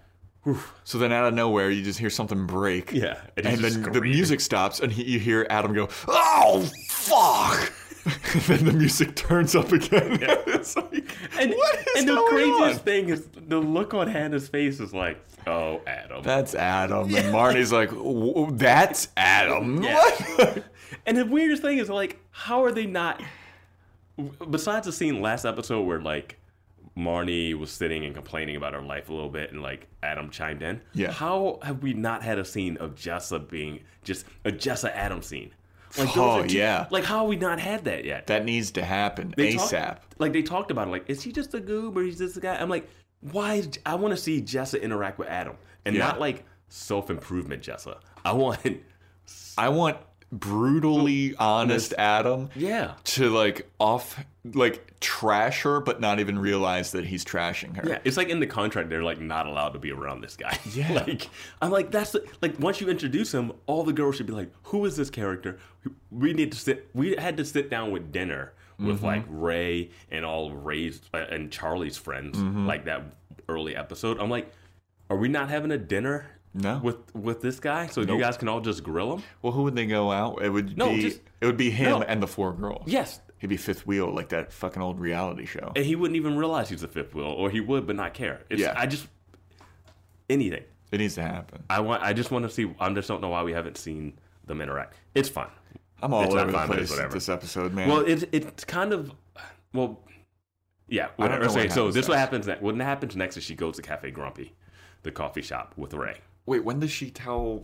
So then out of nowhere, you just hear something break. Yeah, And, and he's then just the screaming. music stops, and he, you hear Adam go, "Oh fuck!" and then the music turns up again. it's like, And, what is and the going craziest on? thing is the look on Hannah's face is like, oh, Adam. That's Adam. And Marty's like, "W- "That's Adam." Yeah. What? And the weirdest thing is like, how are they not? Besides the scene last episode where like Marnie was sitting and complaining about her life a little bit, and like Adam chimed in. Yeah. How have we not had a scene of Jessa being just a Jessa Adam scene? Like Oh, are two- yeah. Like how have we not had that yet? that needs to happen talked- ASAP. like they talked about it. Like, is he just a goob or he's just a guy? I'm like, why? Is, I want to see Jessa interact with Adam, and Yeah. not like self improvement Jessa. I want, I want brutally honest Adam. yeah, To like off, like trash her, but not even realize that he's trashing her. Yeah, it's like in the contract they're like not allowed to be around this guy. Yeah. like I'm like that's the, like once you introduce him, all the girls should be like, who is this character? We need to sit. We had to sit down with dinner with Mm-hmm. like Ray and all of Ray's uh, and Charlie's friends, Mm-hmm. like that early episode. I'm like, are we not having a dinner? No. with with this guy, so you guys can all just grill him. Well, who would they go out? It would No, be just- it would be him No. and the four girls. Yes. he'd be fifth wheel like that fucking old reality show. And he wouldn't even realize he's a fifth wheel, or he would, but not care. It's, Yeah. I just anything. It needs to happen. I want. I just want to see. I just don't know why we haven't seen them interact. It's fun. I'm all It's not over the fine, but it's place with whatever. this episode, man. Well, it's it's kind of well, yeah. I don't Whatever. know what Okay, so happens this what next. happens next. What happens next is she goes to Cafe Grumpy, the coffee shop with Ray. Wait, when does she tell?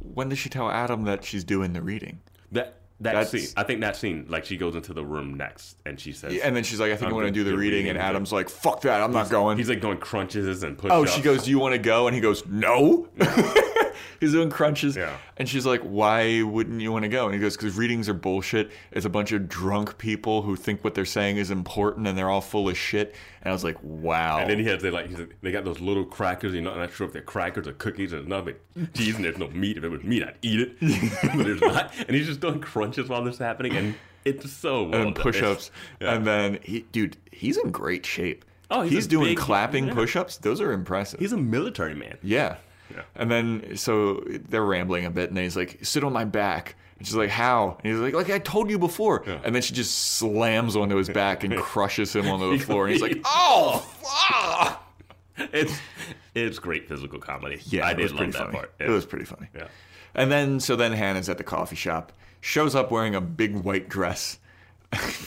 When does she tell Adam that she's doing the reading? That that That's- scene. I think that scene. Like she goes into the room next, and she says, And then she's like, "I think I'm I'm going to gonna do the do reading," reading. and Adam's like, "Fuck that! I'm not going." he's like doing crunches and push. oh, she goes, "Do you want to go?" And he goes, "No." he's doing crunches, Yeah. and she's like, "Why wouldn't you want to go?" And he goes, "Because readings are bullshit. It's a bunch of drunk people who think what they're saying is important, and they're all full of shit." And I was like, "Wow." And then he has they like he's like, they got those little crackers. You're not, not sure if they're crackers or cookies or nothing. Cheese and there's no meat. If it was meat, I'd eat it. but there's not. And he's just doing crunches while this is happening, and it's so well and then done. push-ups, Yeah. and then he, dude, he's in great shape. Oh, he's a doing big- clapping yeah. push-ups. Those are impressive. He's a military man. yeah. Yeah. And then so they're rambling a bit, and then he's like, "Sit on my back." And she's like, "How?" And he's like, "Like I told you before." And then she just slams onto his back and crushes him onto the floor, and he's like, "Oh, fuck." It's it's great physical comedy. Yeah, I it did was love pretty that funny. part. It was pretty funny. Yeah. And then so then Hannah's at the coffee shop, shows up wearing a big white dress.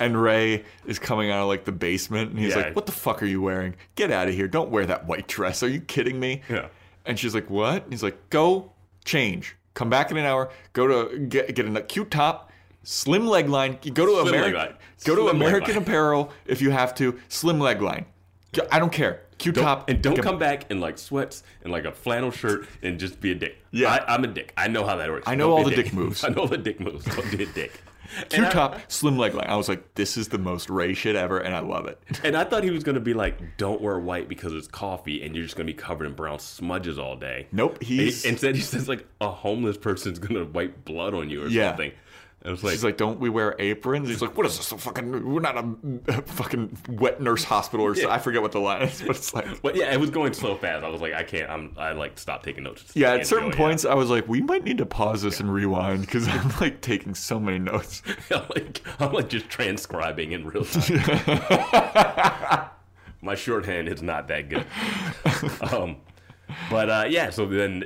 and Ray is coming out of like the basement and he's Yeah. like, What the fuck are you wearing? Get out of here. Don't wear that white dress. Are you kidding me? Yeah. And she's like, What? And he's like, Go change. Come back in an hour. Go to get, get a cute top, slim leg line. Go to Slim leg American line. Go to Slim leg American line. Apparel if you have to. Slim leg line. I don't care. Cute Don't- top and don't Get- come back in like sweats and like a flannel shirt and just be a dick. Yeah. I, I'm a dick. I know how that works. I know Don't be all a the dick moves. I know all the dick moves. Don't be a dick. Two And I- top, slim leg line. I was like, this is the most Ray shit ever, and I love it. And I thought he was gonna be like, "Don't wear white because it's coffee, and you're just gonna be covered in brown smudges all day." Nope, he's- And- instead he says like a homeless person's gonna wipe blood on you or Yeah. something. And it's like, She's like, don't we wear aprons? He's like, what is this? A fucking, we're not a, a fucking wet nurse hospital or so. I forget what the line is, but it's like. but yeah, it was going so fast. I was like, I can't. I'm. I like stop taking notes. Yeah, Can't at certain do it, points, I was like, we might need to pause this and rewind because I'm like taking so many notes. I'm like, I'm like just transcribing in real time. My shorthand is not that good. um, but uh, yeah, so then.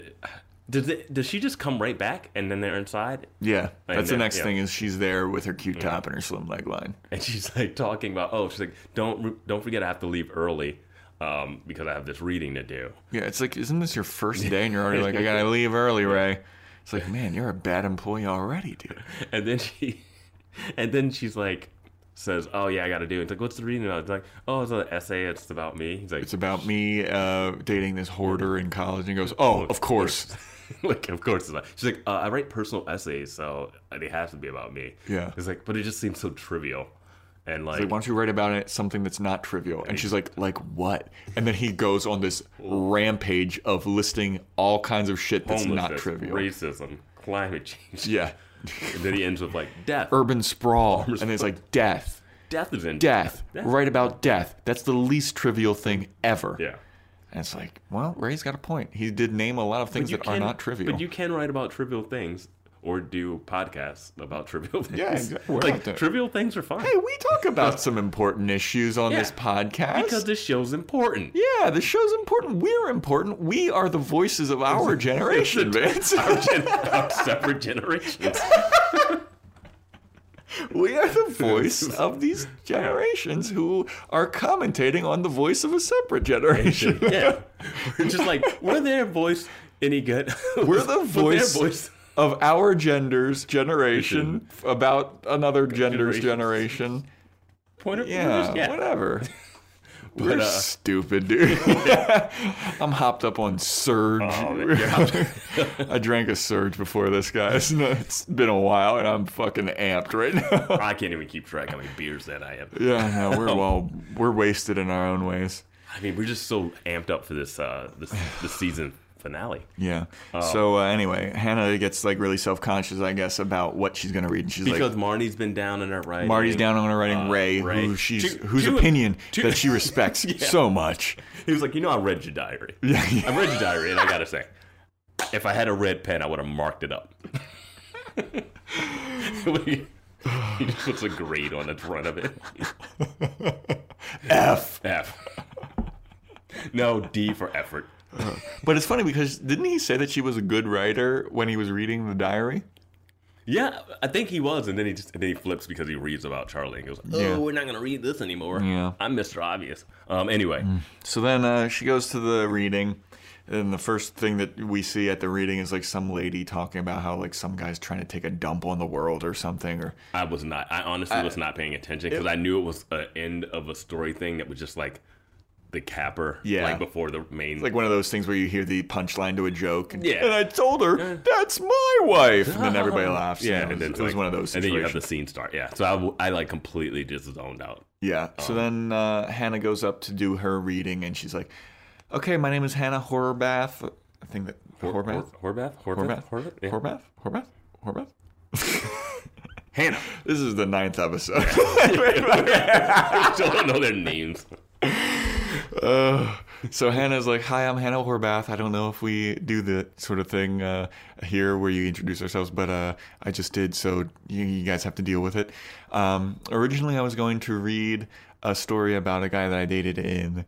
Does, it, does she just come right back and then they're inside? Yeah, And that's the then- next yeah. thing is she's there with her cute top and her slim leg line. and she's like talking about oh she's like don't don't forget I have to leave early um, because I have this reading to do. Yeah, it's like, isn't this your first day? And you're already like, I gotta leave early, Ray. It's like, man, you're a bad employee already, dude. And then she, and then she's like says oh yeah I got to do. it. It's like what's the reading about? It's like oh it's an essay. It's about me. He's like It's about me uh, dating this hoarder in college, and he goes, "Oh, of course." like of course it's not. She's like uh, I write personal essays so they have to be about me. Yeah. It's like but it just seems so trivial. And like, Like, why don't you write about it something that's not trivial? And she's like, "Like what?" And then he goes on this rampage of listing all kinds of shit that's not homelessness, trivial. racism, climate change. Yeah, Er, And then he ends with like death. urban sprawl, and it's like death, Death is in death, write about death. That's the least trivial thing ever. Yeah. And it's like, well, Ray's got a point. He did name a lot of things you that are can- not trivial. But you can write about trivial things or do podcasts about trivial things. Yeah, exactly. We're not Like doing- trivial things are fine hey, we talk about some important issues on Yeah. this podcast. because this show's important. yeah, the show's important. We're important. We are the voices of our generation, Vince. Our, gen- our separate generations. we are the voice of these generations who are commentating on the voice of a separate generation. Yeah, we're just like were their voice any good? We're the Was voice, Their voice of our gender's generation about another gender's generation. pointer Yeah, yeah. whatever. We're uh, stupid, dude. I'm hopped up on Surge. Oh, I drank a Surge before this, guys. and It's been a while, and I'm fucking amped right now. I can't even keep track how many beers that I have. yeah, no, Um, we're well, we're wasted in our own ways. I mean, we're just so amped up for this uh this this season finale. Yeah. Oh. So uh, anyway, Hannah gets like really self conscious, I guess, about what she's gonna read. And she's Because like, Marnie's been down in her right. Marty's down on her writing Ray, Ray. who she's To- whose to- opinion to- that she respects so much. He was like, you know, I read your diary. Yeah, yeah. I read your diary, and I gotta say, if I had a red pen, I would have marked it up. he just puts a grade on the front of it. F. F. No D for effort. But it's funny because didn't he say that she was a good writer when he was reading the diary? Yeah, I think he was, and then he just and then he flips because he reads about Charlie and goes, "Oh, Yeah. we're not gonna read this anymore." Yeah. I'm Mr. Obvious. Um, anyway, So then uh, she goes to the reading, and the first thing that we see at the reading is like some lady talking about how like some guy's trying to take a dump on the world or something. Or I was not. I honestly was not paying attention because I knew it was an end of a story thing that was just like the capper, Yeah. like before the main. like one of those things where you hear the punchline to a joke. And, Yeah. And I told her that's my wife, and then everybody laughs. yeah, You know, and then it it's was like- one of those. And Situations. then you have the scene start. Yeah, so I, w- I, like completely just zoned out. Yeah. So then uh, Hannah goes up to do her reading, and she's like, "Okay, my name is Hannah Horbath. I think that Horbath, Horbath, Horbath, Horbath, Horbath, Yeah. Horbath, Horbath, Horbath. Hannah. This is the ninth episode. I still don't know their names. so Hannah's like, "Hi, I'm Hannah Horbath. I don't know if we do the sort of thing uh, here where you introduce ourselves, but uh, I just did, so you, you guys have to deal with it." Um, originally, I was going to read a story about a guy that I dated in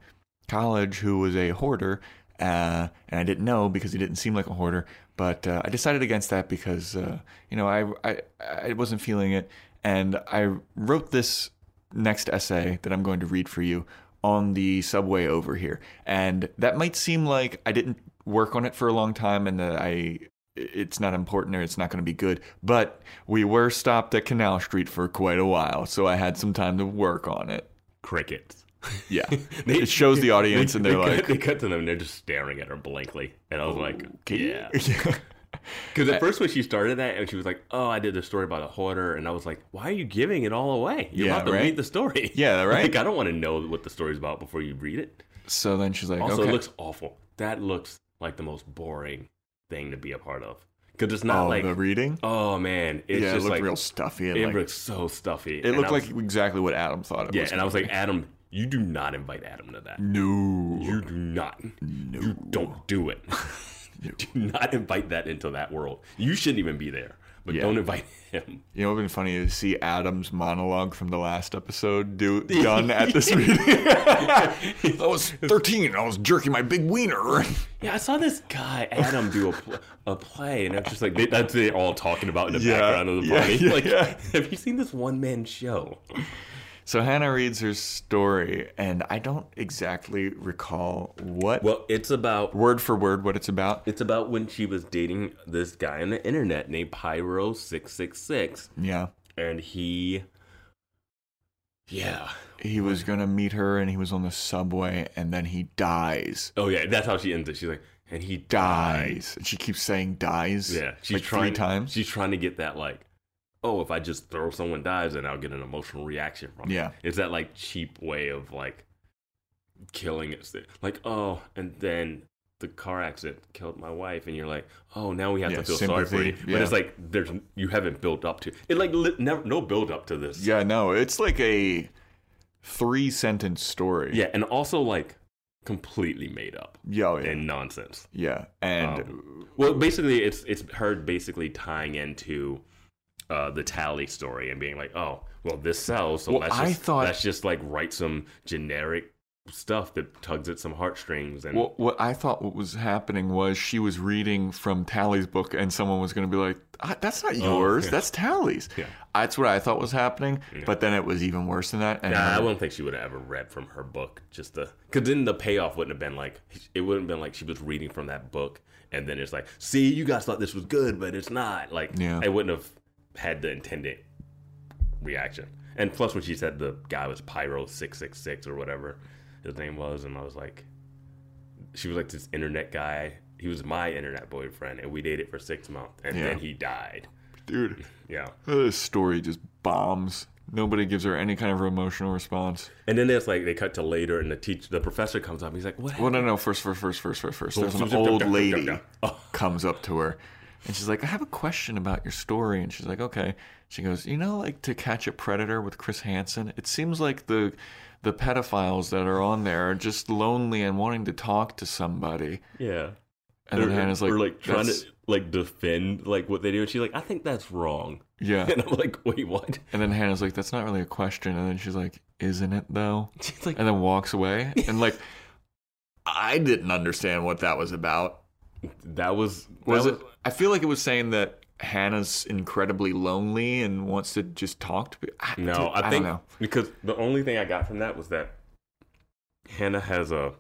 college who was a hoarder, uh, and I didn't know because he didn't seem like a hoarder. But uh, I decided against that because uh, you know I, I I wasn't feeling it, and I wrote this next essay that I'm going to read for you on the subway over here. And that might seem like I didn't work on it for a long time and that I it's not important or it's not going to be good, but we were stopped at Canal Street for quite a while, so I had some time to work on it. Crickets. Yeah. it shows the audience and they're they like cut, they cut to them. and They're just staring at her blankly, and I was like, yeah. yeah. Because at first when she started that, and she was like, "Oh, I did this story about a hoarder," and I was like, "Why are you giving it all away? You're Yeah, about to right? read the story. Yeah, right. Like, I don't want to know what the story's about before you read it. So then she's like, Also, okay. it looks awful. That looks like the most boring thing to be a part of. Because it's not oh, like, the reading? oh man, it's yeah, it just looked like real stuffy. And it like, looks so stuffy. it And looked I was- like exactly what Adam thought it yeah, was. and I was like, Adam, you do not invite Adam to that. no. You do not. You don't do it. do not invite that into that world. You shouldn't even be there. But Yeah. don't invite him. You know, it would have been funny to see Adam's monologue from the last episode do, done at this meeting. I was 13. I was jerking my big wiener. Yeah, I saw this guy Adam do a, pl- a play, and I'm just like, they, that's they all talking about in the Yeah, background of the yeah, party. yeah, like, yeah. have you seen this one man show? So Hannah reads her story, and I don't exactly recall what Well, it's about word for word what it's about. it's about when she was dating this guy on the internet named Pyro six six six, Yeah. and he, yeah, He was going to meet her, and he was on the subway, and then he dies. oh yeah, that's how she ends it. She's like, and he died. Dies. And she keeps saying dies. Yeah, she's like trying three times. She's trying to get that like, oh, if I just throw someone dies, then I'll get an emotional reaction from. it. Yeah. it's that like cheap way of like killing it. Like oh, and then the car accident killed my wife, and you're like, oh, now we have Yeah, to feel sorry for you. sympathy, But yeah. it's like there's you haven't built up to it. Like li- never, no build up to this. Yeah, no, it's like a three sentence story. yeah, and also like completely made up Yeah, oh, yeah. and nonsense. yeah. And Um, well, basically, it's it's her basically tying into uh, the tally story and being like, oh, well, this sells, so Well, let's I just thought- let's just like write some generic stuff that tugs at some heartstrings and what, what I thought what was happening was she was reading from Tally's book, and someone was going to be like, ah, "That's not yours. Oh, yeah. That's Tally's." Yeah. That's what I thought was happening. But then it was even worse than that. And Nah, I her- wouldn't think she would have ever read from her book. Just the because then the payoff wouldn't have been like it wouldn't have been like she was reading from that book, and then it's like, see, you guys thought this was good, but it's not. Like, Yeah. I wouldn't have had the intended reaction. And plus, when she said the guy was Pyro six six six or whatever his name was, and I was like, she was like this internet guy. He was my internet boyfriend, and we dated for six months, and Yeah. then he died. dude, Yeah. this story just bombs. Nobody gives her any kind of emotional response. And then there's like they cut to later, and the teach the professor comes up. He's like, "What? Well, no, no. First, first, first, first, first, first. There's an Oh, old yeah, yeah, lady yeah. Oh. comes up to her, and she's like, "I have a question about your story." And she's like, "Okay." She goes, "You know, like to catch a predator with Chris Hansen. It seems like the the pedophiles that are on there are just lonely and wanting to talk to somebody." Yeah. And then Or- Hannah's like, or like trying "That's- to like defend like what they do, and she's like, I think that's wrong. yeah." And I'm like, wait, what? And then Hannah's like, "That's not really a question." And then she's like, "Isn't it though?" She's like, And then walks away. And like, I didn't understand what that was about. that was that was it? I feel like it was saying that Hannah's incredibly lonely and wants to just talk to people. I, dude, No, I, don't think know. because the only thing I got from that was that Hannah has a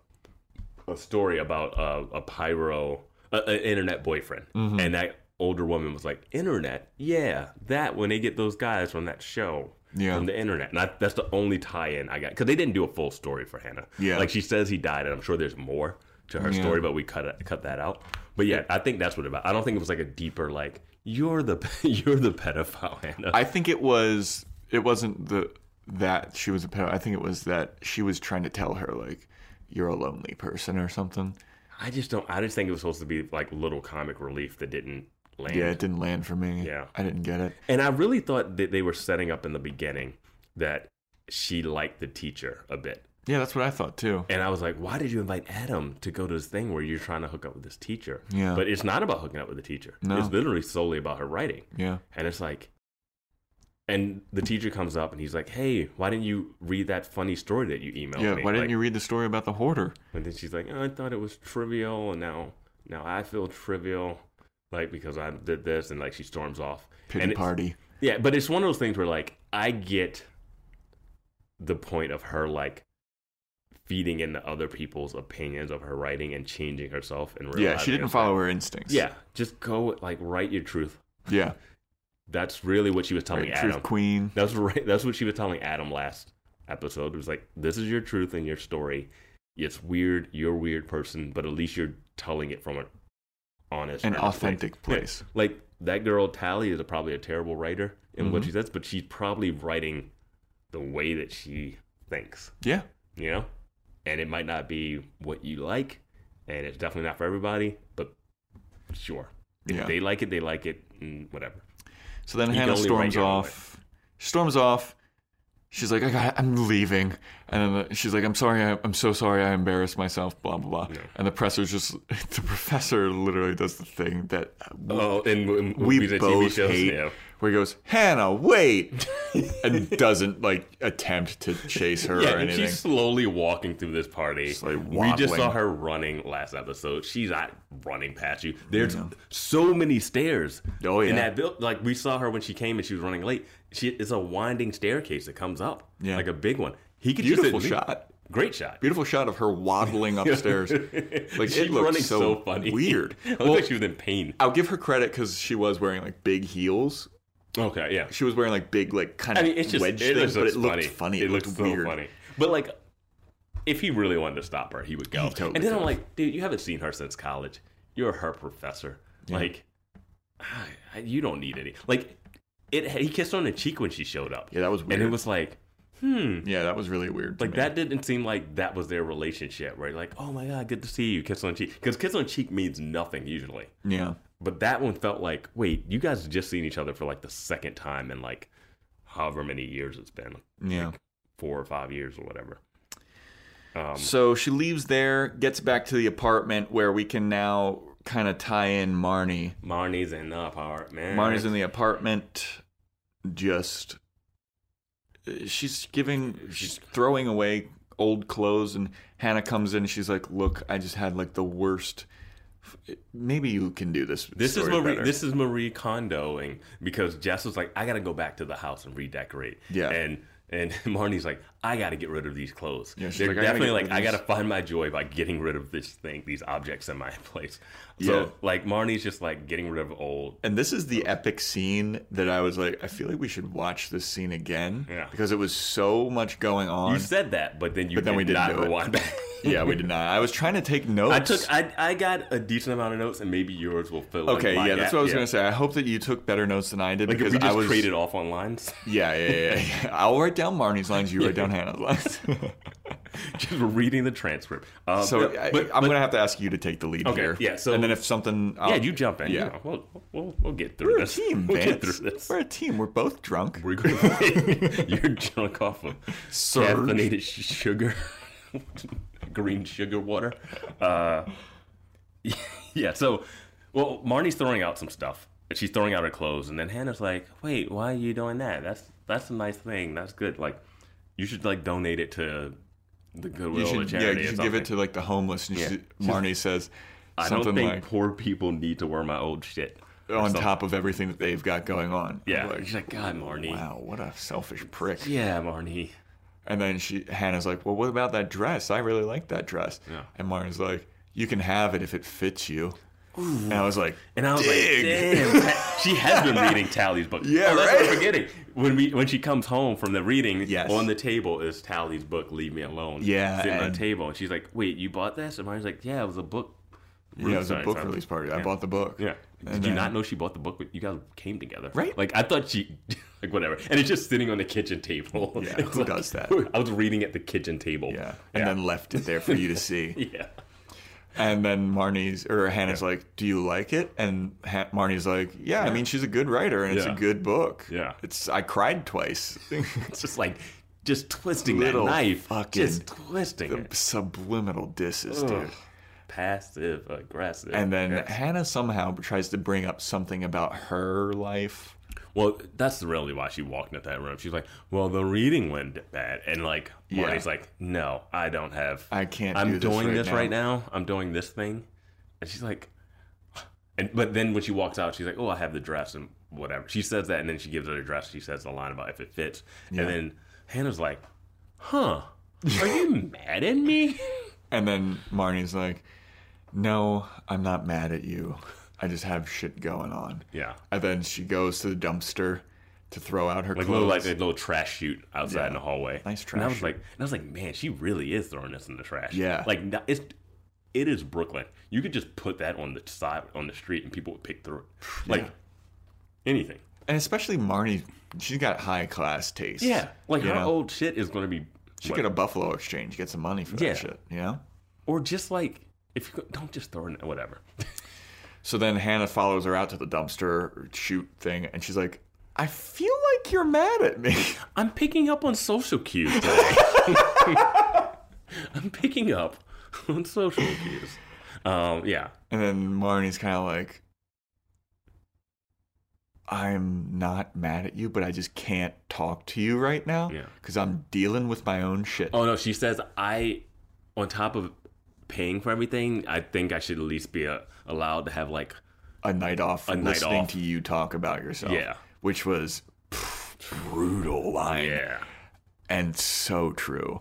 a story about uh, a pyro, a, an internet boyfriend, Mm-hmm. and that older woman was like, "Internet, yeah, that when they get those guys from that show." Yeah. From the internet, and I, that's the only tie-in I got because they didn't do a full story for Hannah. Yeah. like she says he died, and I'm sure there's more to her Yeah. story, but we cut it- cut that out. But yeah, I think that's what it about. I don't think it was like a deeper like you're the you're the pedophile, Hannah. I think it was. It wasn't the that she was a pedo. I think it was that she was trying to tell her like, "You're a lonely person" or something. I just don't. I just think it was supposed to be like little comic relief that didn't land. Yeah, it didn't land for me. Yeah. I didn't get it. And I really thought that they were setting up in the beginning that she liked the teacher a bit. Yeah, that's what I thought too. And I was like, why did you invite Adam to go to this thing where you're trying to hook up with this teacher? Yeah. But it's not about hooking up with the teacher. No. It's literally solely about her writing. Yeah, And it's like, and the teacher comes up and he's like, hey, why didn't you read that funny story that you emailed yeah. me? Why didn't Like, you read the story about the hoarder? And then she's like, oh, I thought it was trivial, and now now I feel trivial, like because I did this, and like she storms off. Pity and it's- party. Yeah, but it's one of those things where like I get the point of her like feeding into other people's opinions of her writing and changing herself and Yeah, realizing she didn't it's follow like- her instincts. Yeah, just go like write your truth. yeah. That's really what she was telling Right, Adam. Truth Queen. That's right. That's what she was telling Adam last episode. It was like, this is your truth and your story. It's weird. You're a weird person, but at least you're telling it from an honest, An earnest authentic place. Yeah. Like that girl Tally is probably a terrible writer in Mm-hmm. what she says, but she's probably writing the way that she thinks. Yeah. You know, and it might not be what you like, and it's definitely not for everybody. But sure, if Yeah. they like it, they like it, and whatever. So then You can Hannah only write storms your own off. She storms off. She's like, I got, I'm leaving. And then the, she's like, I'm sorry, I, I'm so sorry, I embarrassed myself. Blah blah blah. And the professor just, the professor literally does the thing that Oh, and and we movies and both TV shows, hate, yeah. where he goes, Hannah, wait, and doesn't like attempt to chase her Yeah, or and anything. she's slowly walking through this party. She's, like, we just saw waddling. her running last episode. She's not running past you. There's so many stairs. Oh, yeah. In that build, like we saw her when she came and she was running late. She it's a winding staircase that comes up. Yeah. Like a big one. He could Beautiful just shot. Great shot. Beautiful shot of her waddling upstairs. like She's it looks running so, so, funny. weird. it looked Well, like she was in pain. I'll give her credit because she was wearing like big heels, Okay, yeah. she was wearing like big like kind I of mean, it's just wedge it things, looks but it just looked funny. It, looks looked so weird. funny. But like, if he really wanted to stop her, he would go. He totally and then I'm could. like, dude, you haven't seen her since college. You're her professor. Like, I- I- you don't need any. Like, it. He kissed her on the cheek when she showed up. Yeah, that was And it weird. was like, Yeah, that was really weird. to Like me. that didn't seem like that was their relationship, right? Like, oh my god, good to see you, kiss on cheek. Because kiss on cheek means nothing usually. Yeah. But that one felt like, wait, you guys just seen each other for like the second time in like however many years it's been, Yeah. four or five years or whatever. um, So she leaves there, gets back to the apartment where we can now kind of tie in Marnie. Marnie's in the apartment. Marnie's in the apartment, just she's giving, she's throwing away old clothes, and Hannah comes in. and She's like, "Look, I just had like the worst. Maybe you can do this. This is story Marie. better." This is Marie Kondoing because Jess was like, "I got to go back to the house and redecorate." Yeah. and and Marnie's like, "I got to get rid of these clothes." Yeah, she's They're like, "I gotta definitely get like, rid of "I got to these." find my joy by getting rid of this thing, these objects in my place." So Yeah. like, Marnie's just like getting rid of old. And this is the epic scene that I was like, I feel like we should watch this scene again Yeah. because it was so much going on. You said that, but then you But then did we didn't not do it. rewind back. yeah, we did not. I was trying to take notes. I took I, I got a decent amount of notes, and maybe yours will fill. in Okay, my yeah, that's gap. what I was Yeah. gonna say. I hope that you took better notes than I did Like if because we just I was. traded off on lines, Yeah, yeah, yeah, yeah. I'll write down Marnie's lines. You write down Hannah's lines. just reading the transcript. Um, so but- I, but- I'm gonna have to ask you to take the lead Okay, here. yeah, so- and then if something, I'll- Yeah, you jump in. Yeah. Yeah, we'll, we'll, we'll get through We're a this. team, we'll Vance. get through this. We're a team. We're both drunk. We're gonna you're drunk off of Surge. caffeinated sh- sugar, green sugar water. Uh, yeah. So, well, Marnie's throwing out some stuff. She's throwing out her clothes, and then Hannah's like, "Wait, why are you doing that? That's that's a nice thing. That's good. Like, you should like donate it to the Goodwill You or should, yeah, charity you or should something." give it to like the homeless. And Yeah. she- Marnie says I something don't think like poor people need to wear my old shit. or on something. top of everything that they've got going on. Yeah. I'm like, She's like, God, Marnie. wow, what a selfish prick. Yeah, Marnie. And then she Hannah's like, well, what about that dress? I really like that dress. Yeah. And Marnie's like, you can have it if it fits you. And I was like, And I was Dig. like, damn, Ta- she has been reading Tally's book. Yeah, oh, that's what right? I'm forgetting. When we when she comes home from the reading, Yes. on the table is Tally's book, Leave Me Alone. Yeah, Sitting on and- the table. And she's like, Wait, you bought this? And Marnie's like, Yeah, it was a book. yeah, it was a sorry, book sorry. release party. I Yeah. bought the book. Yeah. And Did then- you not know she bought the book when you guys came together? Right. Like I thought she like whatever. And it's just sitting on the kitchen table. Yeah, It's who like- does that? I was reading at the kitchen table. Yeah. And then left it there for you to see. Yeah. and then Marnie's or Hannah's like, do you like it? And ha- Marnie's like, yeah, I mean, she's a good writer and it's Yeah. a good book. Yeah. It's I cried twice. It's just like just twisting Little that knife. fucking- just twisting it. Subliminal disses, dude. passive aggressive. And then Hannah somehow tries to bring up something about her life. well, that's really why she walked into that room. She's like, "Well, the reading went bad," and like Yeah. Marty's like, "No, I don't have. I can't I'm do this doing right this now." right now. I'm doing this thing," and she's like, "And but then when she walks out, she's like, "Oh, I have the dress and whatever." She says that, and then she gives her the dress. She says the line about if it fits, and then Hannah's like, "Huh." Are you mad at me? And then Marnie's like, No, I'm not mad at you. I just have shit going on. Yeah. And then she goes to the dumpster to throw out her Like clothes. little like a little trash chute outside in the hallway. Nice And I trash was chute. like, and I was like, man, she really is throwing this in the trash. Yeah. Like no- it's it is Brooklyn. You could just put that on the side on the street and people would pick through it. Like anything. and especially Marnie, she's got high class taste. Like You her know? old shit is gonna be She like- could have Buffalo Exchange, get some money for Yeah. that shit, you know? or just like if you go- don't just throw it in whatever. So then Hannah follows her out to the dumpster shoot thing, and she's like, I feel like you're mad at me. I'm picking up on social cues today. I'm picking up on social cues. Um, yeah. And then Marnie's kind of like, I'm not mad at you, but I just can't talk to you right now Yeah. because I'm dealing with my own shit. Oh no, she says I, on top of paying for everything, I think I should at least be uh allowed to have like a night off night listening off. to you talk about yourself. Yeah. Which was brutal line yeah, and so true. Um,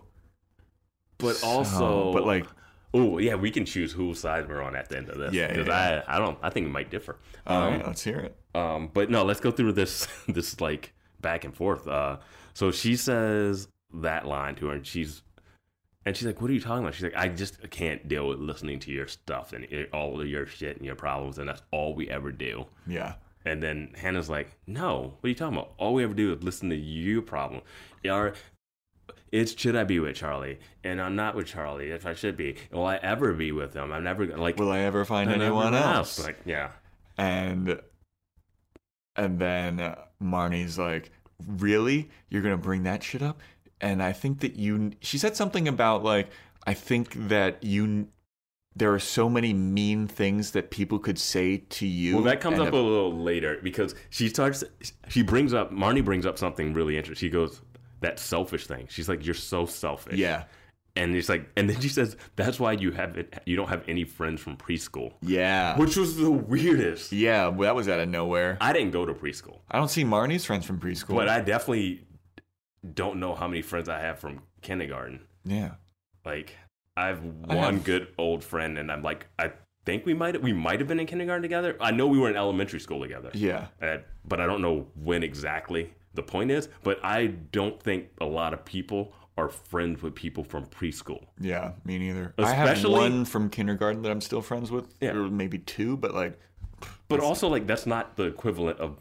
but also but like, oh yeah, we can choose whose side we're on at the end of this. Yeah, yeah, 'cause I I don't I think it might differ. all right, let's hear it. Um, but no, let's go through this this like back and forth. Uh, so she says that line to her, and she's and she's like, "What are you talking about?" She's like, "I just can't deal with listening to your stuff and it- all of your shit and your problems, and that's all we ever do." Yeah. And then Hannah's like, "No, what are you talking about? All we ever do is listen to your problem. Our It's should I be with Charlie? And I'm not with Charlie. If I should be, will I ever be with him? I'm never like Will I ever find and anyone everyone else? Like yeah, and and then uh, Marnie's like, "Really? You're gonna bring that shit up?" And I think that you. She said something about like, I think that you. There are so many mean things that people could say to you. Well, that comes and up a little later because she starts. She brings up Marnie brings up something really interesting. She goes that selfish thing. She's like, "You're so selfish." Yeah, and it's like, and then she says, "That's why you have it. You don't have any friends from preschool," yeah, which was the weirdest. yeah. well, That was out of nowhere. I didn't go to preschool, I don't see Marnie's friends from preschool. but I definitely don't know how many friends I have from kindergarten. yeah, Like, I've I one have- good old friend, and I'm like, I think we might we might have been in kindergarten together. I know we were in elementary school together. yeah. Uh, but I don't know when exactly the point is. But I don't think a lot of people are friends with people from preschool. Yeah, me neither. Especially- I have one from kindergarten that I'm still friends with. Yeah. Or maybe two, but like, But also, like, that's not the equivalent of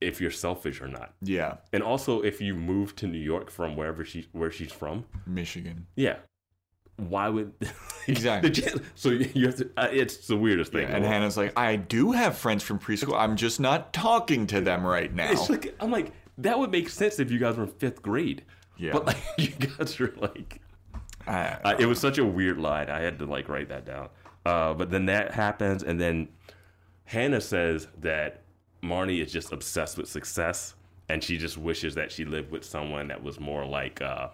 if you're selfish or not. yeah, And also, if you move to New York from wherever she where she's from, Michigan. yeah, why would Exactly. The chan- so you have to. Uh, it's the weirdest thing. And Hannah's like, I do have friends from preschool. I'm just not talking to them right now. It's like I'm like that would make sense if you guys were in fifth grade. Yeah. But like you guys are like I- I, it was such a weird line. I had to like write that down. Uh, but then that happens, and then Hannah says that Marnie is just obsessed with success, and she just wishes that she lived with someone that was more like. Uh,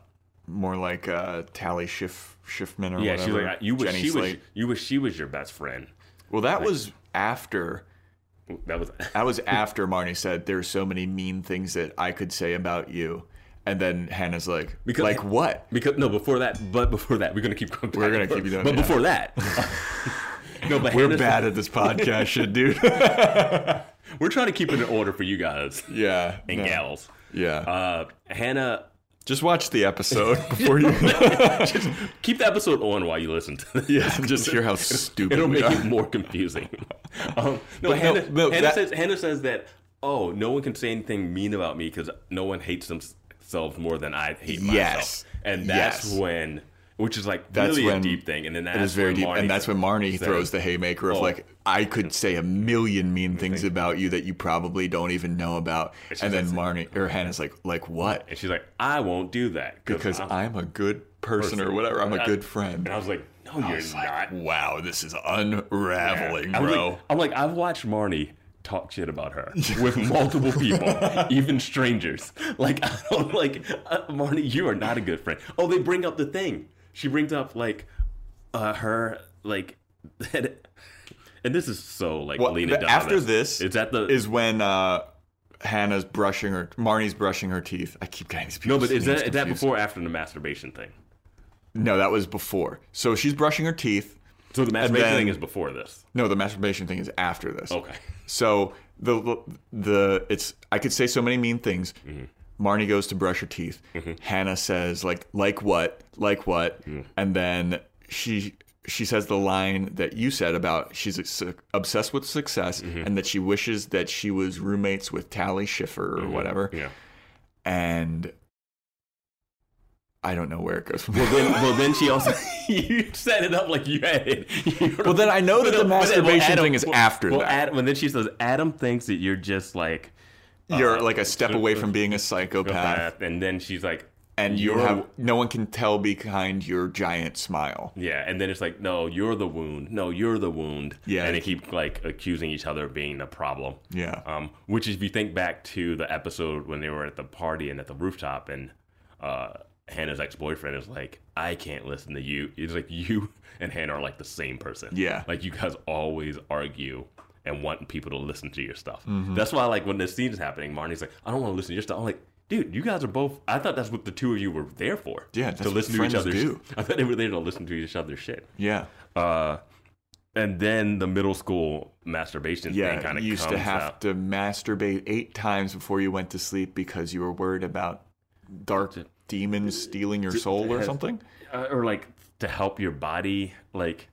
More like uh, Tally Schiff, Schiffman or yeah, whatever. she's like I- you wish Jenny she was Slate. you wish she was your best friend. Well, that was after. That was That was after Marnie said, "There's so many mean things that I could say about you," and then Hannah's like, Because- "Like what?" because no before that, but before that we're gonna keep going. We're gonna back and keep forth. doing But that. before that, no, but We're Hannah- bad at this podcast shit, dude. We're trying to keep it in order for you guys yeah, and no. gals. Yeah, Uh, Hannah, just watch the episode before you. keep the episode on while you listen to this. yeah, just hear how stupid It'll we make are. it more confusing. Um, But no, no, Hannah, no, Hannah, that- says, Hannah says that, oh, no one can say anything mean about me because no one hates themselves more than I hate myself. Yes. And that's Yes. when, which is like That's really a when- deep thing. And then that's It is very when deep, Marnie and that's when Marnie says- throws the haymaker of Oh. like, "I could say a million mean things about you that you probably don't even know about," It's and then just- Marnie or Hannah's like, "Like what?" And she's like, I won't do that Because I'm- I'm a good person or whatever. I'm And a I- good friend. And I was like, no, you're It's like, not. wow, this is unraveling, I'm bro. Like, I'm like, I've watched Marnie talk shit about her with multiple people, even strangers. Like, I don't like uh, Marnie. You are not a good friend. Oh, they bring up the thing. She brings up like uh, her like, and this is so like Well, Lena. the- Dunham. after That's- this it's at the is when uh, Hannah's brushing her, Marnie's brushing her teeth. I keep getting these people. no, but is names that is that confused. before or after the masturbation thing? No, that was before. So she's brushing her teeth. So the masturbation then- thing is before this. No, the masturbation thing is after this. Okay. So the the it's I could say so many mean things. Mm-hmm. Marnie goes to brush her teeth. Hannah says like like what like what, Mm. and then she she says the line that you said about she's su- obsessed with success Mm-hmm. and that she wishes that she was roommates with Tally Schiffer or whatever. Mm-hmm. Yeah. And I don't know where it goes. From Well then, well then she also you set it up like you had it. You Well, then I know that But, the uh, but, uh, well, masturbation Adam- thing is well- after well, that. Adam, and then she says Adam thinks that you're just like uh, You're like a step away from being a a psychopath. path, and then she's like, and you You're- have no one can tell behind your giant smile. yeah, and then it's like, no, you're the wound. No, you're the wound. Yeah. and they keep like accusing each other of being the problem. Yeah. Um, which if you think back to the episode when they were at the party and at the rooftop, and uh, Hannah's ex-boyfriend is like, I can't listen to you. It's like you and Hannah are like the same person. Yeah. like you guys always argue. And want people to listen to your stuff. Mm-hmm. That's why, like, when this scene is happening, Marnie's like, "I don't want to listen to your stuff." I'm like, "Dude, you guys are both." I thought that's what the two of you were there for. Yeah, that's to what listen to each friends other's. do. I thought they were there to listen to each other's shit. Yeah. Uh, and then the middle school masturbation thing Yeah. kind You of used comes to have out. to masturbate eight times before you went to sleep because you were worried about dark demons stealing your soul or has- something. uh, or like to help your body, like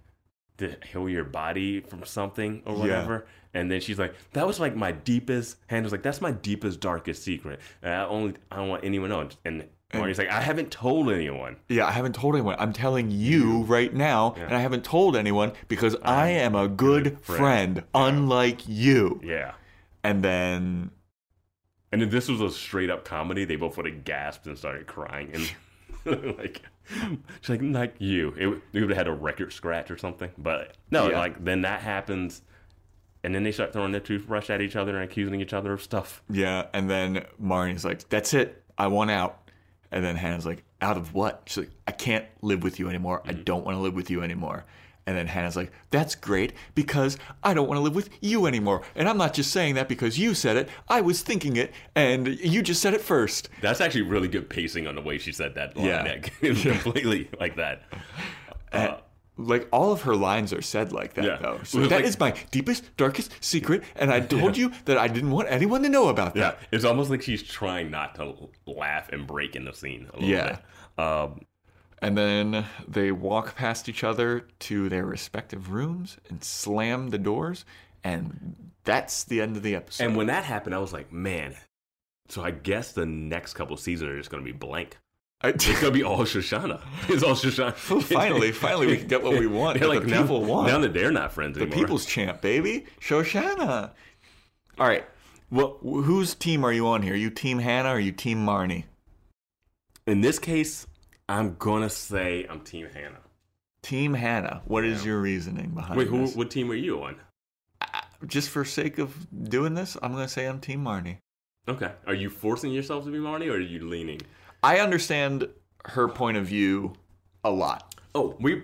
to heal your body from something or whatever. And then she's like, "That was like my deepest." Hannah's like, "That's my deepest, darkest secret. And I only I don't want anyone else." And Marty's like, I haven't told anyone. Yeah, I haven't told anyone. I'm telling you right now, and I haven't told anyone because I am a good friend, friend. unlike you. Yeah. And then, And if this was a straight up comedy, they both would have gasped and started crying and like she's like like you. It would- they would have had a record scratch or something. But no, Yeah. like then that happens and then they start throwing their toothbrush at each other and accusing each other of stuff. yeah, and then Marnie's like, "That's it, I want out." And then Hannah's like, "Out of what?" She's like, "I can't live with you anymore. I Mm-hmm. don't want to live with you anymore." And then Hannah's like, "That's great because I don't want to live with you anymore." And I'm not just saying that because you said it. I was thinking it, and you just said it first. That's actually really good pacing on the way she said that line. Yeah. Nick. It was completely like that. like all of her lines are said like that Yeah. though. It So that was is like- my deepest, darkest secret, and I told you that I didn't want anyone to know about Yeah, that. it's almost like she's trying not to l- laugh and break in the scene a little Yeah. bit. Um, And then they walk past each other to their respective rooms and slam the doors, and that's the end of the episode. and when that happened, I was like, man. So I guess the next couple seasons are just going to be blank. It's I- going to be all Shoshana. It's all Shoshana. finally, finally, we can get what we want. They're what like, the now, people want now that they're not friends the anymore. people's champ, baby, Shoshana. All right. Well, wh- whose team are you on here? Are you team Hannah or are you team Marnie? In this case, I'm going to say I'm Team Hannah. Team Hannah. What is your reasoning behind Wait, who, this? what team are you on? just for sake of doing this, I'm gonna say I'm Team Marnie. Okay. Are you forcing yourself to be Marnie or are you leaning? I understand her point of view a lot. Oh, we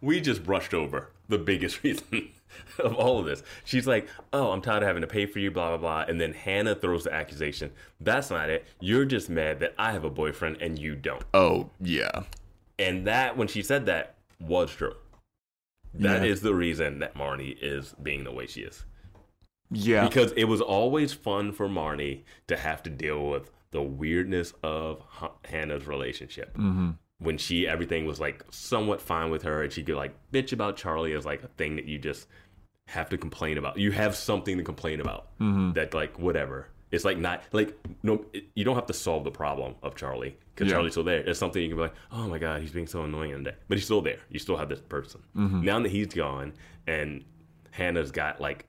we just brushed over the biggest reason of all of this. She's like, "Oh, I'm tired of having to pay for you, blah blah blah," and then Hannah throws the accusation. That's not it. You're just mad that I have a boyfriend and you don't. Oh yeah, And that when she said that was true. That is Yeah. the reason that Marnie is being the way she is. yeah. Because it was always fun for Marnie to have to deal with the weirdness of Ha- Hannah's relationship. Mm-hmm. When she, everything was like somewhat fine with her, and she could like bitch about Charlie as like a thing that you just have to complain about. You have something to complain about Mm-hmm. that, like, whatever. It's like not like no, it- you don't have to solve the problem of Charlie because Yeah. Charlie's still there. It's something you can be like, oh my god, he's being so annoying today, but he's still there. You still have this person. Mm-hmm. Now that he's gone and Hannah's got like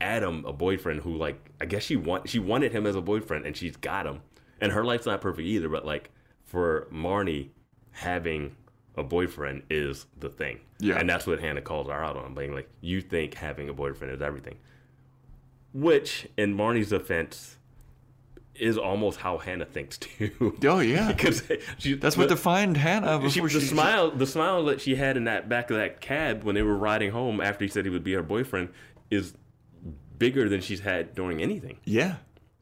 Adam a boyfriend who like I guess she want she wanted him as a boyfriend and she's got him. And her life's not perfect either, but like for Marnie having a boyfriend is the thing. Yeah. And that's what Hannah calls her out on, being like, You think having a boyfriend is everything. Which in Marnie's offense is almost how Hannah thinks too. Oh yeah. Because she, That's what the defined Hannah she, before the smile, the smile that she had in that back of that cab when they were riding home after he said he would be her boyfriend is bigger than she's had during anything. Yeah,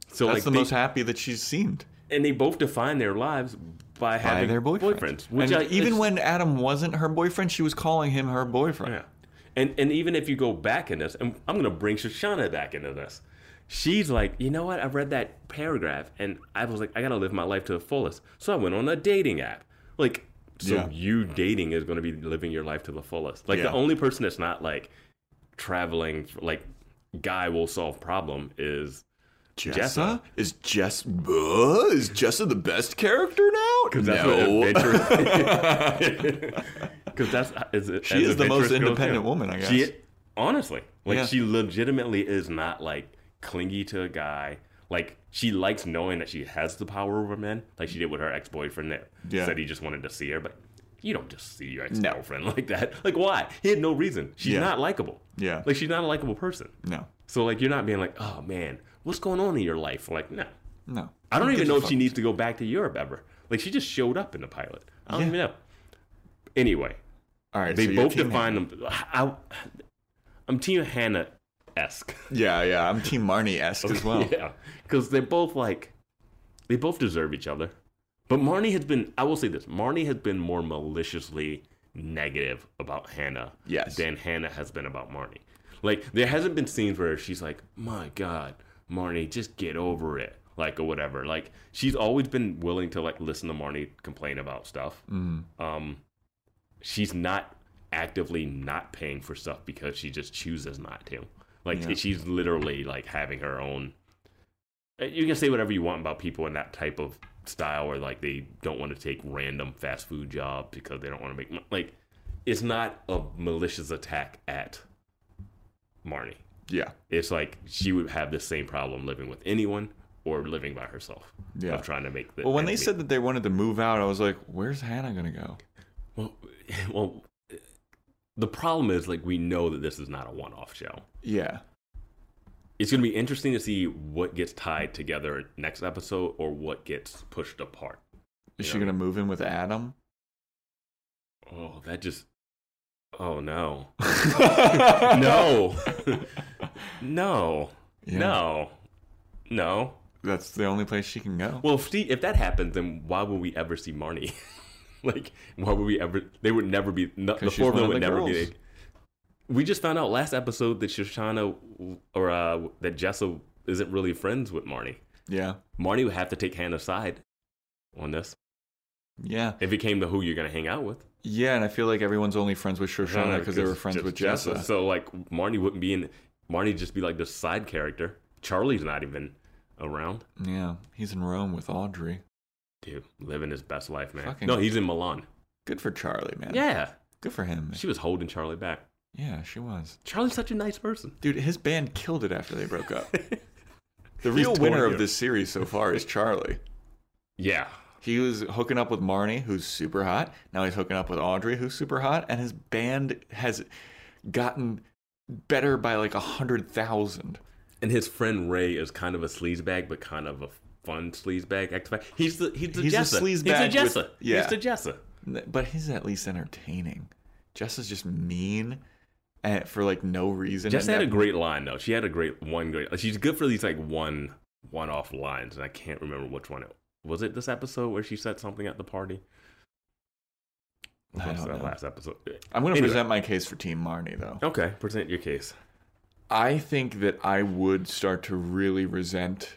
So that's like the they- most happy that she's seemed and they both define their lives by by having their boyfriends. which and I, even it's- when Adam wasn't her boyfriend, she was calling him her boyfriend. yeah, and and even if you go back in this, and I'm gonna bring Shoshana back into this. She's like, you know what? I read that paragraph, and I was like, I gotta live my life to the fullest. So I went on a dating app, like. So Yeah. you dating is going to be living your life to the fullest. Like Yeah. the only person that's not like traveling like guy will solve problem is Jessa is Jess Buh, is Jessa the best character now? because that's what adventure because that's is it, She as is the most adventurous girls independent do. woman, I guess. She honestly like Yeah. she legitimately is not like clingy to a guy. Like she likes knowing that she has the power over men, like she did with her ex boyfriend that Yeah. said he just wanted to see her, but. You don't just see your ex girlfriend like that. Like, why? He had no reason. She's Yeah. not likable. Yeah. Like, she's not a likable person. no, So, like, you're not being like, oh man, what's going on in your life? Like, no. no. I don't Who even gives a know if fuck? she needs to go back to Europe ever. Like she just showed up in the pilot. I don't Yeah. even know. Anyway, All right, they so you're both team define them. I, I'm Team Hannah esque. Yeah, yeah. I'm Team Marnie esque as well. yeah, because they're both like they both deserve each other. But Marnie has been. I will say this: Marnie has been more maliciously negative about Hannah Yes. than Hannah has been about Marnie. Like there hasn't been scenes where she's like, "My God, Marnie, just get over it," like or whatever. Like she's always been willing to like listen to Marnie complain about stuff. Mm-hmm. Um, she's not actively not paying for stuff because she just chooses not to. Like Yeah. she's Uh, literally like having her own. You can say whatever you want about people in that type of style where like they don't want to take random fast food jobs because they don't want to make mon- like it's not a malicious attack at Marnie. Yeah. It's like she would have the same problem living with anyone or living by herself. Yeah. Of trying to make the Well, when they ends meet. said that they wanted to move out, I was like, where's Hannah going to go? Well, well, the problem is like we know that this is not a one-off show. Yeah. It's going to be interesting to see what gets tied together next episode or what gets pushed apart. Is Yeah. she going to move in with Adam? Oh, that just Oh no. no. No. no. Yeah. No. No. That's the only place she can go. Well, if, she, if that happens, then why would we ever see Marnie? like, why would we ever? They would never be. No, the 'Cause she's formula one of would the never be. girls. We just found out last episode that Shoshana or uh, that Jessa isn't really friends with Marnie. Yeah. Marnie would have to take Hannah's side on this Yeah. if it came to who you're going to hang out with. Yeah, and I feel like everyone's only friends with Shoshana because they were friends just with Jessa. So like Marnie wouldn't be in. Marnie'd just be like the side character. Charlie's not even around. Yeah, he's in Rome with Audrey. Dude, living his best life, man. Fucking- no, he's in Milan. Good for Charlie, man. Yeah, Good for him. man. she was holding Charlie back. yeah, she was. Charlie's such a nice person. Dude, his band killed it after they broke up. the He's real winner torn, of dude. this series so far is Charlie. Yeah. He was hooking up with Marnie, who's super hot. Now he's hooking up with Audrey, who's super hot, and his band has gotten better by like a hundred thousand. And his friend Ray is kind of a sleazebag, but kind of a fun sleazebag. Act- He's the he's the He's a Jessa. sleazebag He's with- the Jessa. yeah. He's the Jessa. But he's at least entertaining. Jess is just mean, and for like no reason. Jessa and had a that- great line though. She had a great one great. She's good for these like one one off lines, and I can't remember which one it was. It this episode where she said something at the party. I Was don't that know. last episode. I'm going to Anyway. present my case for Team Marnie, though. Okay, present your case. I think that I would start to really resent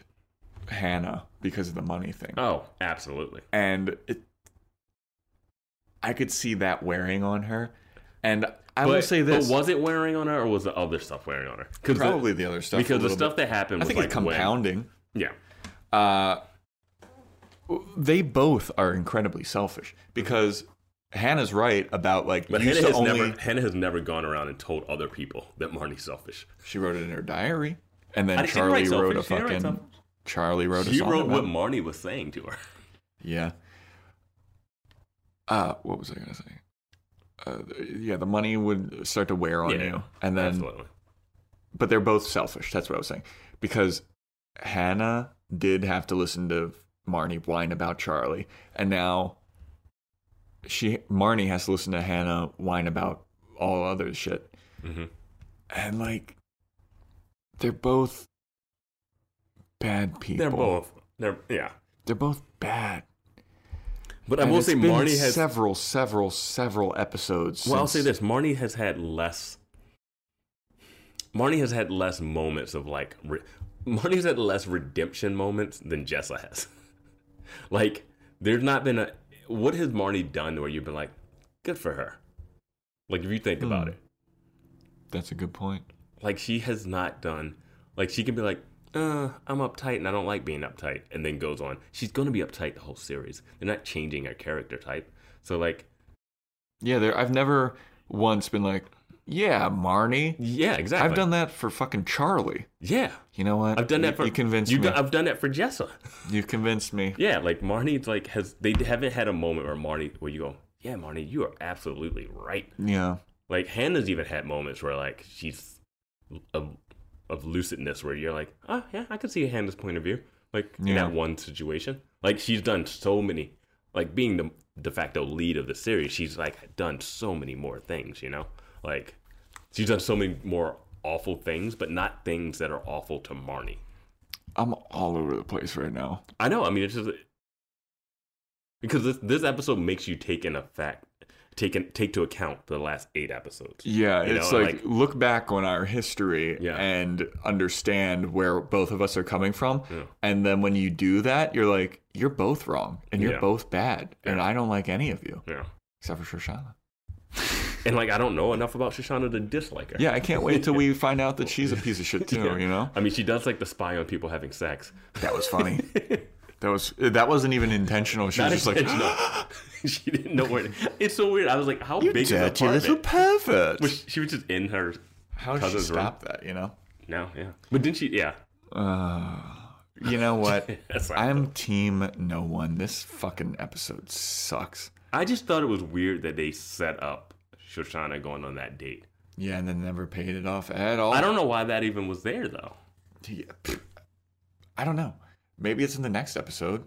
Hannah because of the money thing. Oh, absolutely. And it, I could see that wearing on her. And I will But- say this But was it wearing on her, or was the other stuff wearing on her? 'Cause the- probably the other stuff. a because the little stuff bit. that happened I was think like it's when- compounding. yeah, Uh, they both are incredibly selfish because Hannah's right about like but used Hannah to has only. never Hannah has never gone around and told other people that Marnie's selfish. She wrote it in her diary, and then I didn't Charlie write wrote a selfish. She didn't write fucking. Charlie wrote a She song wrote about what Marnie was saying to her. Yeah. Uh, what was I gonna say? Uh, yeah, the money would start to wear on Yeah, you, and then absolutely. but they're both selfish. That's what I was saying because Hannah did have to listen to Marnie whine about Charlie, and now she Marnie has to listen to Hannah whine about all other shit, Mhm. and like they're both bad people. They're both. They're yeah. They're both bad. But I And will it's say been Marnie has. several, several, several episodes. well, I'll say since- this: Marnie has had less. Marnie has had less moments of like. Re- Marnie's had less redemption moments than Jessa has. like, there's not been a. What has Marnie done where you've been like, good for her? Like, if you think about it, That's a good point. like she has not done. Like she can be like, uh, I'm uptight and I don't like being uptight, and then goes on. She's gonna be uptight the whole series. They're not changing her character type. So like, Yeah, there. I've never once been like, "Yeah, Marnie." yeah, exactly. I've done that for fucking Charlie. Yeah, You know what? I've done You- that for you. Convinced you me. do- I've done that for Jessa. you convinced me. Yeah, like Marnie, like has they haven't had a moment where Marnie where you go, yeah, Marnie, you are absolutely right. Yeah. Like Hannah's even had moments where like she's of, of lucidness where you're like, oh yeah, I can see Hannah's point of view. Like in Yeah. that one situation, like she's done so many, like being the de facto lead of the series, she's like done so many more things. You know, like she's done so many more awful things, but not things that are awful to Marnie. I'm all over the place right now. I know. I mean, it's just because this this episode makes you take in a fact, take in, take to account the last eight episodes. Yeah, You it's know, like, look back on our history Yeah. and understand where both of us are coming from. Yeah. And then when you do that, you're like, you're both wrong and you're Yeah. both bad. And Yeah. I don't like any of you yeah. except for Shoshana. And like, I don't know enough about Shoshana to dislike her. Yeah, I can't wait till we find out that she's a piece of shit too, Yeah. you know? I mean, she does like to spy on people having sex. That was funny. That was that wasn't even intentional. She was just like, intentional. she didn't know where. It's so weird. I was like, how "You big is the dirty little apartment? pervert." Which she was just in her How did she cousin's room. stop that? You know. Uh, No, yeah. But didn't she? Yeah. You know what? That's what I I'm team no one. This fucking episode sucks. I just thought it was weird that they set up Shoshana going on that date. Yeah, and then never paid it off at all. I don't know why that even was there though. Yeah, pff, I don't know. Maybe it's in the next episode.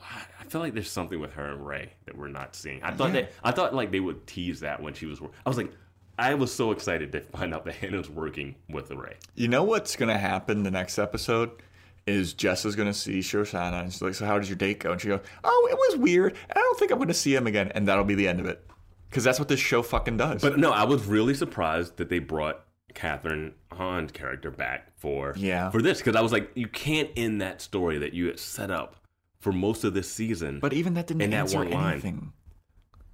I I feel like there's something with her and Ray that we're not seeing. I thought that I thought like they would tease that when she was. wor- I was like, I was so excited to find out that Hannah's working with Ray. You know what's gonna happen the next episode is Jess is gonna see Shoshana and she's like, "So how did your date go?" And she goes, "Oh, it was weird. I don't think I'm gonna see him again." And that'll be the end of it, because that's what this show fucking does. But no, I was really surprised that they brought Catherine Hahn's character back for Yeah. for this because I was like, you can't end that story that you had set up for most of this season. but even that didn't In that answer one line. anything.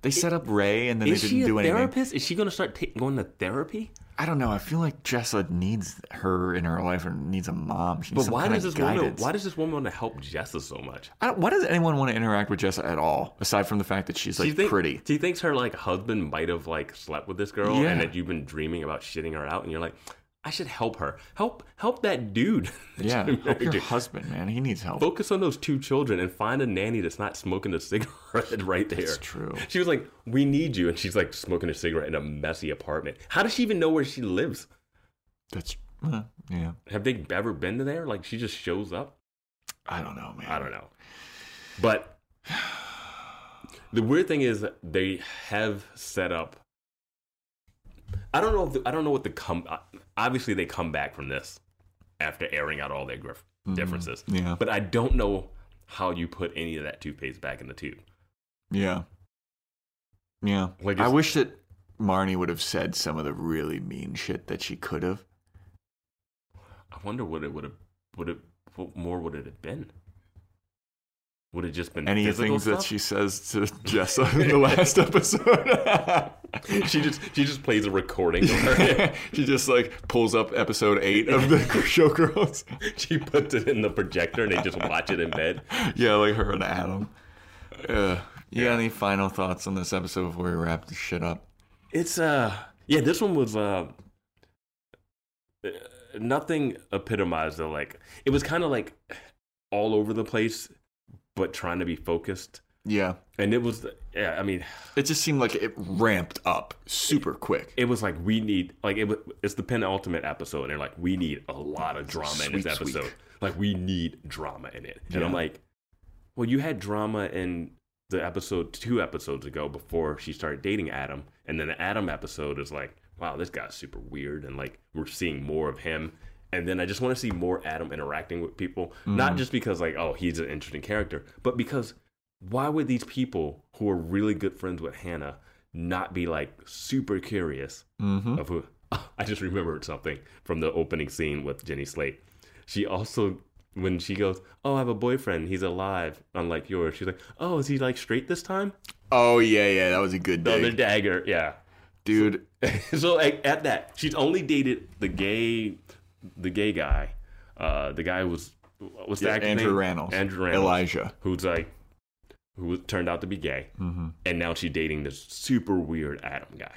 They set up Ray and then is they she didn't a do anything. therapist? Is she going to start ta- going to therapy? I don't know. I feel like Jessa needs her in her life or needs a mom. She needs But some why kind does of this woman? guidance. Why does this woman want to help Jessa so much? I don't, why does anyone want to interact with Jessa at all, aside from the fact that she's Do like you think- pretty? Do you think her like husband might have like slept with this girl Yeah. and that you've been dreaming about shitting her out and you're like, I should help her. Help help that dude. that Yeah, you're help your married to. husband, man. He needs help. Focus on those two children and find a nanny that's not smoking a cigarette right there. That's true. She was like, "We need you," and she's like smoking a cigarette in a messy apartment. How does she even know where she lives? That's uh, yeah. Have they ever been to there? Like, she just shows up. I don't know, man. I don't know. But the weird thing is they have set up. I don't know. If I don't know what the come. uh, Obviously, they come back from this after airing out all their grif- differences. Mm-hmm. yeah. But I don't know how you put any of that toothpaste back in the tube. Yeah, yeah. Like I it's- wish that Marnie would have said some of the really mean shit that she could have. I wonder what it would have. Would it? What more would it have been? Would it just been Any physical things that stuff? she says to Jessa in the last episode. she just she just plays a recording of her. she just like pulls up episode eight of the Showgirls. she puts it in the projector and they just watch it in bed. yeah, like her and Adam. Ugh. You got any final thoughts on this episode before we wrap this shit up? It's uh yeah, this one was uh uh, nothing epitomized though. Like it was kind of like all over the place, but trying to be focused. Yeah. And it was yeah, I mean, It just seemed like it ramped up super quick. it was like we need like it was it's the penultimate episode, and they're like we need a lot of drama in this Sweet, sweet. episode. Like we need drama in it, and I'm Yeah. like, well, you had drama in the episode two episodes ago before she started dating Adam, and then the Adam episode is like, wow, this guy's super weird, and like we're seeing more of him. And then I just want to see more Adam interacting with people, Mm. not just because like oh he's an interesting character, but because why would these people who are really good friends with Hannah not be like super curious Mm-hmm. of who? I just remembered something from the opening scene with Jenny Slate. She also, when she goes, "Oh, I have a boyfriend. He's alive, unlike yours." She's like, "Oh, is he like straight this time?" Oh yeah, yeah, that was a good The other day, dagger, yeah. dude. so like, at that, she's only dated the gay, the gay guy, uh, the guy who was what's the Yeah, actor's Andrew name? Rannells. Andrew Rannells, Elijah. who's like, who was- turned out to be gay, Mm-hmm. and now she's dating this super weird Adam guy.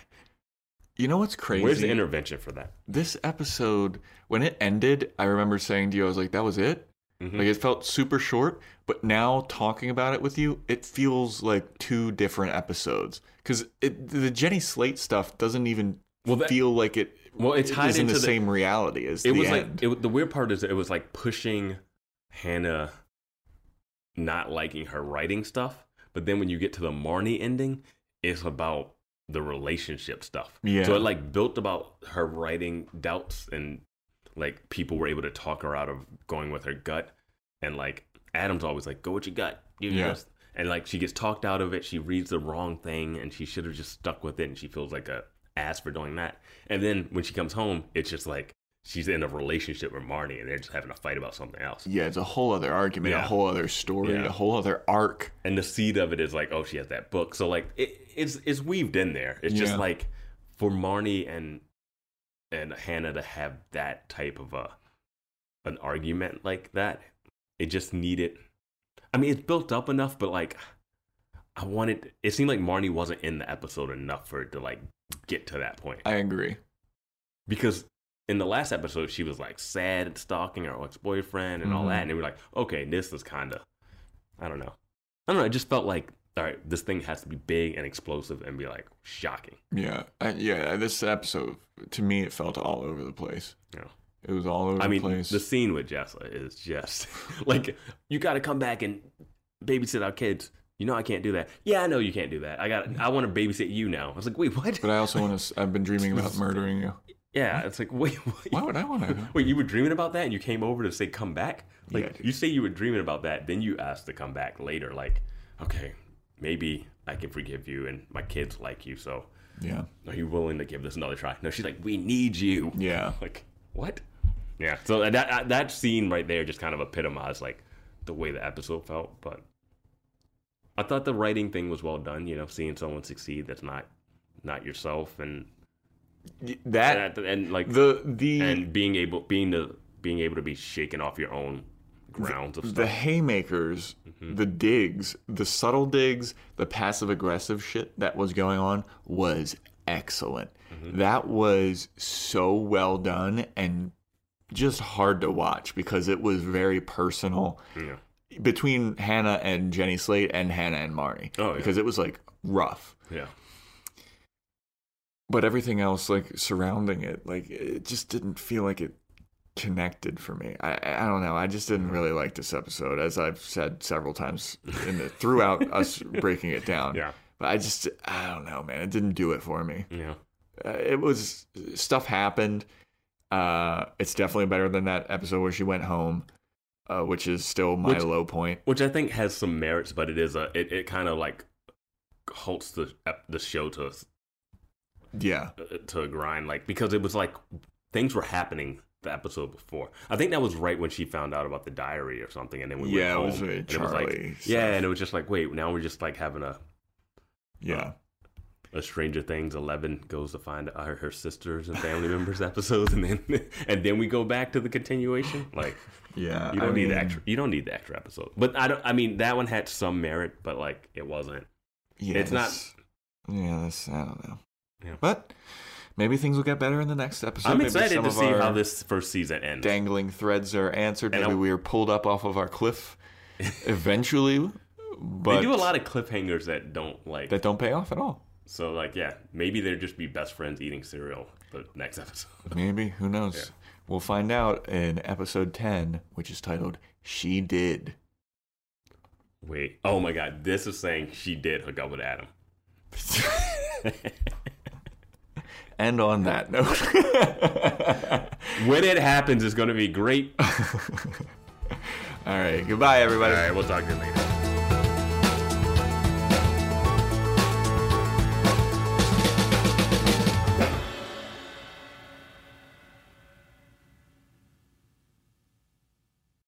You know what's crazy? Where's the intervention for that? this episode when it ended i remember saying to you i was like that was it Mm-hmm. like it felt super short but now talking about it with you it feels like two different episodes because the jenny slate stuff doesn't even Well, that- feel like it Well, it tied is in into the, the- same reality as it the was end like it, the weird part is that it was like pushing Hannah not liking her writing stuff, but then when you get to the Marnie ending, it's about the relationship stuff. Yeah. So it like built about her writing doubts and like people were able to talk her out of going with her gut and like Adam's always like go with your gut. You Yeah. just and like she gets talked out of it, she reads the wrong thing and she should have just stuck with it and she feels like a ass for doing that. And then when she comes home, it's just like she's in a relationship with Marnie and they're just having a fight about something else. yeah it's a whole other argument a Yeah. whole other story Yeah. a whole other arc and the seed of it is like, oh, she has that book. So like, it, it's it's weaved in there. It's just Yeah. like for Marnie and and Hannah to have that type of a an argument like that It just needed. I mean, it's built up enough, but like, I wanted. It seemed like Marnie wasn't in the episode enough for it to like get to that point. I agree. Because in the last episode, she was like sad and stalking her ex boyfriend and all Mm-hmm. that, and we were like, okay, this is kind of. I don't know. I don't know. It just felt like, all right, this thing has to be big and explosive and be like shocking. Yeah, I, yeah. This episode, to me, it felt all over the place. You know? It was all over I the mean, place. the scene with Jessa is just like you got to come back and babysit our kids. You know I can't do that. Yeah, I know you can't do that. I got. I want to babysit you now. I was like, wait, what? But I also want to. I've been dreaming about murdering you. yeah, it's like, wait, wait, Why would I want to? wait. You were dreaming about that, and you came over to say come back. Like Yeah, dude. you say you were dreaming about that, then you asked to come back later. Like, okay, maybe I can forgive you, and my kids like you. So, Yeah, are you willing to give this another try? No, she's like, we need you. yeah. like what yeah so that that- that scene right there just kind of epitomized like the way the episode felt but i thought the writing thing was well done you know seeing someone succeed that's not not yourself and That and, and, like the the and being able being the being able to be shaken off your own grounds of the stuff Mm-hmm. haymakers, the digs, the subtle digs, the passive aggressive shit that was going on was excellent. Mm-hmm. That was so well done and just hard to watch because it was very personal yeah between Hannah and Jenny Slate and Hannah and Marnie. Oh, yeah. Because it was like rough. yeah but everything else like surrounding it like it just didn't feel like it connected for me i i I don't know i just didn't really like this episode as i've said several times in the, throughout us breaking it down Yeah. but i just i don't know man it didn't do it for me yeah uh, it was stuff happened uh it's definitely better than that episode where she went home uh which is still my Which- low point which i think has some merits but it is a it, it kind of like halts the ep- the show to a yeah to a grind, like because it was like things were happening the episode before. I think that was right when she found out about the diary or something, and then we Yeah, it went home. was very and it was like, Charlie yeah, stuff. and it was just like, wait, now we're just like having a Uh, yeah a Stranger Things eleven goes to find her, her sisters and family members episodes, and then and then we go back to the continuation. Like yeah you don't I need the mean, extra, you don't need the extra episode. But I don't. I mean, that one had some merit, but like it wasn't. Yeah, It's not- that's- Yeah, that's I don't know. Yeah. But maybe things will get better in the next episode. I'm Maybe excited some to of see our how this first season ends. dangling threads are answered. And Maybe I'm- we are pulled up off of our cliff eventually. But they do a lot of cliffhangers that don't like that don't pay off at all. So like yeah, maybe they'd just be best friends eating cereal the next episode. Maybe who knows? We'll find out in episode ten, which is titled "She Did." Wait. Oh my god, this is saying she did hook up with Adam. And on that note, When it happens, it's gonna be great. All all right. Goodbye, everybody. right, we'll talk to you later.